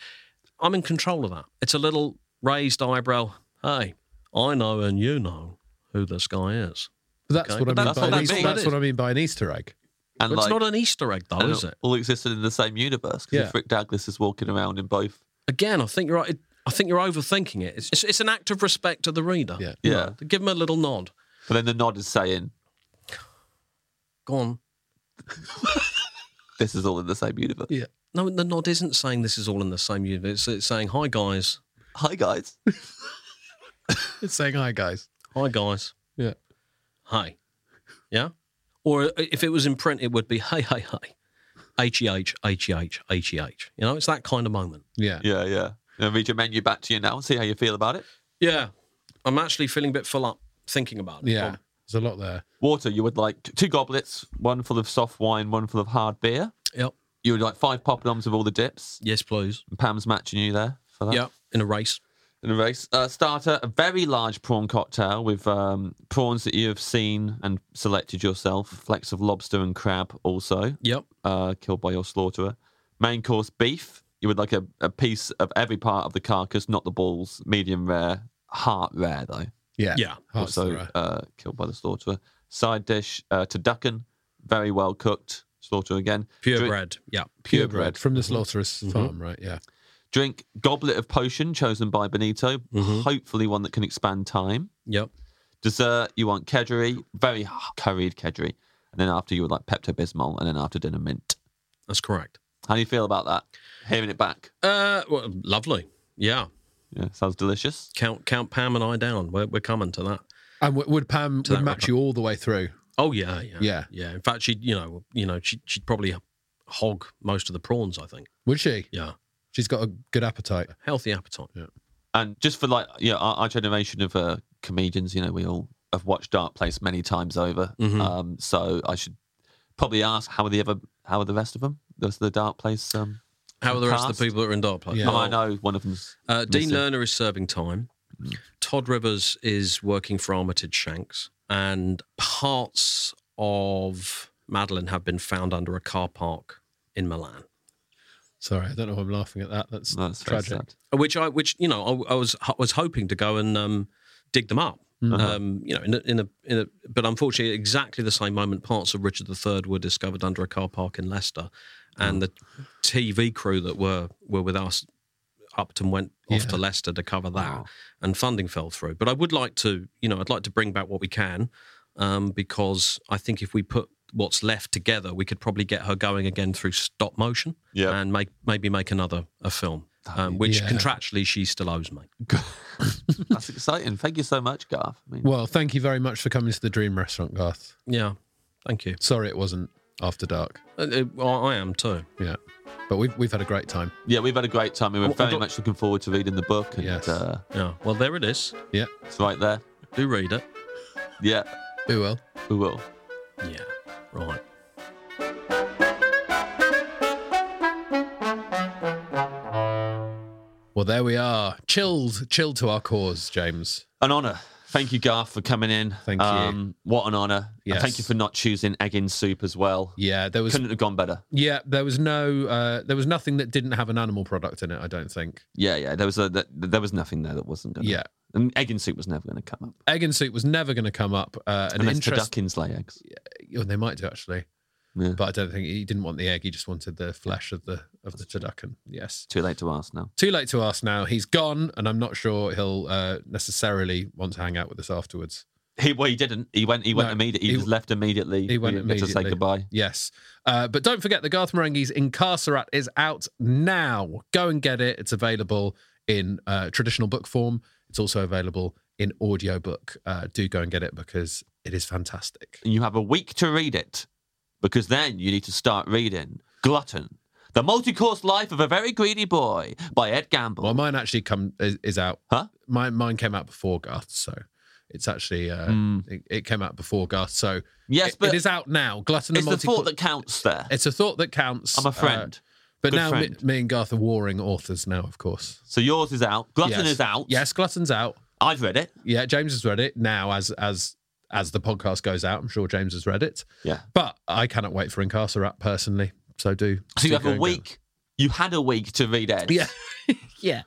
Speaker 4: I'm in control of that. It's a little raised eyebrow. Hey, I know and you know who this guy is.
Speaker 2: But that's
Speaker 4: Okay.
Speaker 2: what I mean.
Speaker 4: But that's
Speaker 2: by
Speaker 4: what
Speaker 2: an
Speaker 4: that
Speaker 2: Easter,
Speaker 4: means.
Speaker 2: that's what I mean by an Easter egg.
Speaker 3: And
Speaker 4: But
Speaker 3: like,
Speaker 4: it's not an Easter egg, though,
Speaker 3: and
Speaker 4: is it?
Speaker 3: All existed in the same universe because
Speaker 2: Yeah.
Speaker 3: Rick Douglas is walking around in both.
Speaker 4: Again, I think you're right. I think you're overthinking it. It's, it's, it's an act of respect to the reader.
Speaker 2: Yeah.
Speaker 4: You
Speaker 3: Yeah.
Speaker 4: know, to give him a little nod.
Speaker 3: But then the nod is saying,
Speaker 4: Go on.
Speaker 3: "This is all in the same universe."
Speaker 2: Yeah.
Speaker 4: No, the nod isn't saying this is all in the same universe. It's saying, "Hi guys,
Speaker 3: Hi guys.
Speaker 2: It's saying hi, guys.
Speaker 4: hi guys,
Speaker 2: Yeah.
Speaker 4: hi." Yeah. Or if it was in print, it would be, "Hey, hey, hey." H E H H E H H E H. You know, it's that kind of moment.
Speaker 2: Yeah.
Speaker 3: Yeah, yeah. And I'll read your menu back to you now and see how you feel about it.
Speaker 4: Yeah, I'm actually feeling a bit full up thinking about it.
Speaker 2: Yeah. There's a lot there.
Speaker 3: Water, you would like t- two goblets, one full of soft wine, one full of hard beer.
Speaker 4: Yep.
Speaker 3: You would like five poppadoms with all the dips.
Speaker 4: Yes, please.
Speaker 3: And Pam's matching you there for that.
Speaker 4: Yeah. In a race.
Speaker 3: In a race. Uh, starter, a very large prawn cocktail with um, prawns that you have seen and selected yourself, flecks of lobster and crab also,
Speaker 4: Yep.
Speaker 3: uh, killed by your slaughterer. Main course, beef. You would like a, a piece of every part of the carcass, not the balls, medium rare, heart rare though.
Speaker 2: Yeah.
Speaker 4: Yeah.
Speaker 2: Hearts
Speaker 3: also
Speaker 2: there.
Speaker 3: uh, killed by the slaughterer. Side dish uh, to ducken, very well cooked. Slaughter again. Drink,
Speaker 4: Purebred. Mm-hmm. Yeah.
Speaker 3: purebred.
Speaker 2: from the slaughterer's farm, right? Yeah.
Speaker 3: Drink goblet of potion chosen by Benito. Hopefully one that can expand time.
Speaker 4: Yep.
Speaker 3: Dessert, you want kedgeree, very h- curried kedgeree. And then after you would like Pepto Bismol, and then after dinner mint.
Speaker 4: That's correct.
Speaker 3: How do you feel about that? Hearing it back,
Speaker 4: Uh, well, lovely. Yeah.
Speaker 3: yeah, sounds delicious.
Speaker 4: Count count Pam and I down. We're, we're coming to that.
Speaker 2: And w- would Pam
Speaker 4: To
Speaker 2: would
Speaker 4: that
Speaker 2: match
Speaker 4: wrapper.
Speaker 2: you all the way through?
Speaker 4: Oh yeah, yeah,
Speaker 2: Yeah.
Speaker 4: In fact, she, would you know, you know, she, she'd probably hog most of the prawns. I think.
Speaker 2: Would she?
Speaker 4: Yeah.
Speaker 2: She's got a good appetite.
Speaker 4: Healthy appetite.
Speaker 3: And just for like, yeah, our, our generation of uh, comedians, you know, we all have watched Dark Place many times over.
Speaker 2: Mm-hmm.
Speaker 4: Mhm.
Speaker 3: Um, so I should probably ask how are the other, how are the rest of them? The rest of the Dark Place. Um,
Speaker 4: How are the rest of
Speaker 3: Cast.
Speaker 4: the people that are in dark place?
Speaker 2: Yeah.
Speaker 3: oh, I know one of them's
Speaker 4: Uh, Dean
Speaker 3: Missing.
Speaker 4: Lerner is serving time.
Speaker 2: Mm.
Speaker 4: Todd Rivers is working for Armitage Shanks, and parts of Madeline have been found under a car park in Milan.
Speaker 2: Sorry, I don't know why I'm laughing at that. That's,
Speaker 3: no, that's uh, very
Speaker 2: tragic.
Speaker 3: sad.
Speaker 4: which I, which you know, I, I was I was hoping to go and um, dig them up.
Speaker 2: mm.
Speaker 4: Um, you know, in a, in a in a, but unfortunately, exactly the same moment, parts of Richard III were discovered under a car park in Leicester, and the TV crew that were were with us, Upton went off to Leicester to cover that, and funding fell through. But I would like to, you know, I'd like to bring back what we can, um, because I think if we put what's left together, we could probably get her going again through stop motion,
Speaker 3: Yeah.
Speaker 4: and make maybe make another a film, um, which
Speaker 2: Yeah.
Speaker 4: contractually she still owes me.
Speaker 3: That's exciting. Thank you so much, Garth. I mean,
Speaker 2: Well, thank you very much for coming to the Dream Restaurant, Garth.
Speaker 4: Yeah, thank you.
Speaker 2: Sorry it wasn't after dark.
Speaker 4: Uh, uh, well, I am too.
Speaker 2: Yeah. But we've, we've had a great time.
Speaker 3: yeah, we've had a great time. We were
Speaker 4: Oh, I
Speaker 3: very
Speaker 4: don't-
Speaker 3: much looking forward to reading the book, and
Speaker 2: Yes.
Speaker 3: uh,
Speaker 4: Yeah. Oh, Well, there it is.
Speaker 2: Yeah.
Speaker 3: it's right there.
Speaker 4: Do read it.
Speaker 3: Yeah,
Speaker 2: We will.
Speaker 3: we will.
Speaker 4: Yeah. Right.
Speaker 2: Well, there we are. Chilled, chilled to our cause, James.
Speaker 3: An honour. Thank you, Garth, for coming in. Um,
Speaker 2: Thank you.
Speaker 3: what an honour. And
Speaker 2: Yes.
Speaker 3: thank you for not choosing egg in soup as well.
Speaker 2: Yeah, there was
Speaker 3: Couldn't have gone better.
Speaker 2: yeah, there was no uh there was nothing that didn't have an animal product in it, I don't think.
Speaker 3: Yeah, yeah. There was a th- there was nothing there that wasn't going.
Speaker 2: Yeah.
Speaker 3: and egg and soup was never going to come up.
Speaker 2: Egg and soup was never going to come up. Uh, an
Speaker 3: Unless
Speaker 2: interest-
Speaker 3: Turduckins lay eggs.
Speaker 2: Oh, they might do actually,
Speaker 3: Yeah.
Speaker 2: but I don't think he didn't want the egg. He just wanted the flesh of the of the turducken. Yes,
Speaker 3: Too late to ask now.
Speaker 2: too late to ask now. He's gone, and I'm not sure he'll uh, necessarily want to hang out with us afterwards.
Speaker 3: He well, he didn't. He went. He went
Speaker 2: No,
Speaker 3: immediately. He,
Speaker 2: he-
Speaker 3: was left immediately.
Speaker 2: He went
Speaker 3: didn't get
Speaker 2: immediately
Speaker 3: to say goodbye.
Speaker 2: Yes, uh, but don't forget the Garth Marenghi's Incarcerat is out now. Go and get it. It's available in uh, traditional book form. It's also available in audiobook. Uh, do go and get it because it is fantastic.
Speaker 3: And you have a week to read it, because then you need to start reading Glutton: The Multi-Course Life of a Very Greedy Boy by Ed Gamble.
Speaker 2: Well, mine actually come is, is out.
Speaker 3: Huh?
Speaker 2: My mine came out before Garth, so it's actually uh,
Speaker 3: Mm.
Speaker 2: it, it came out before Garth. So
Speaker 3: yes,
Speaker 2: it-
Speaker 3: but
Speaker 2: it is out now. Glutton
Speaker 3: it's
Speaker 2: and multi.
Speaker 3: the thought that counts. There,
Speaker 2: it's a thought that counts.
Speaker 3: I'm a
Speaker 2: uh,
Speaker 3: friend.
Speaker 2: but
Speaker 3: Good
Speaker 2: now me,
Speaker 3: friend.
Speaker 2: me and Garth are warring authors now, of course.
Speaker 3: so yours is out. Glutton
Speaker 2: Yes.
Speaker 3: is out.
Speaker 2: Yes, Glutton's out.
Speaker 3: I've read it.
Speaker 2: Yeah, James has read it now as as
Speaker 6: as the podcast goes out. I'm sure James has read it.
Speaker 3: Yeah.
Speaker 6: But I cannot wait for Incarcerat personally. So do.
Speaker 3: So
Speaker 6: do
Speaker 3: you have
Speaker 6: go
Speaker 3: a
Speaker 6: and
Speaker 3: week. You had a week to read
Speaker 6: get
Speaker 3: Edge.
Speaker 6: them. Yeah. yeah.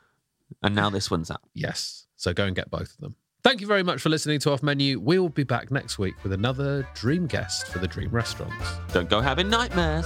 Speaker 3: And now this one's out.
Speaker 6: Yes. So go and get both of them. Thank you very much for listening to Off Menu. We will be back next week with another dream guest for the Dream Restaurants.
Speaker 3: Don't go having nightmares.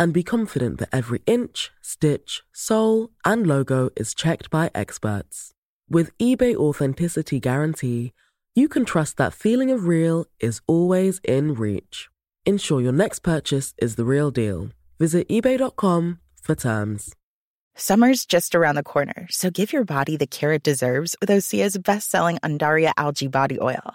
Speaker 7: and be confident that every inch, stitch, sole, and logo is checked by experts. With eBay Authenticity Guarantee, you can trust that feeling of real is always in reach. Ensure your next purchase is the real deal. Visit eBay.com for terms.
Speaker 8: Summer's just around the corner, so give your body the care it deserves with Osea's best-selling Andaria algae body oil.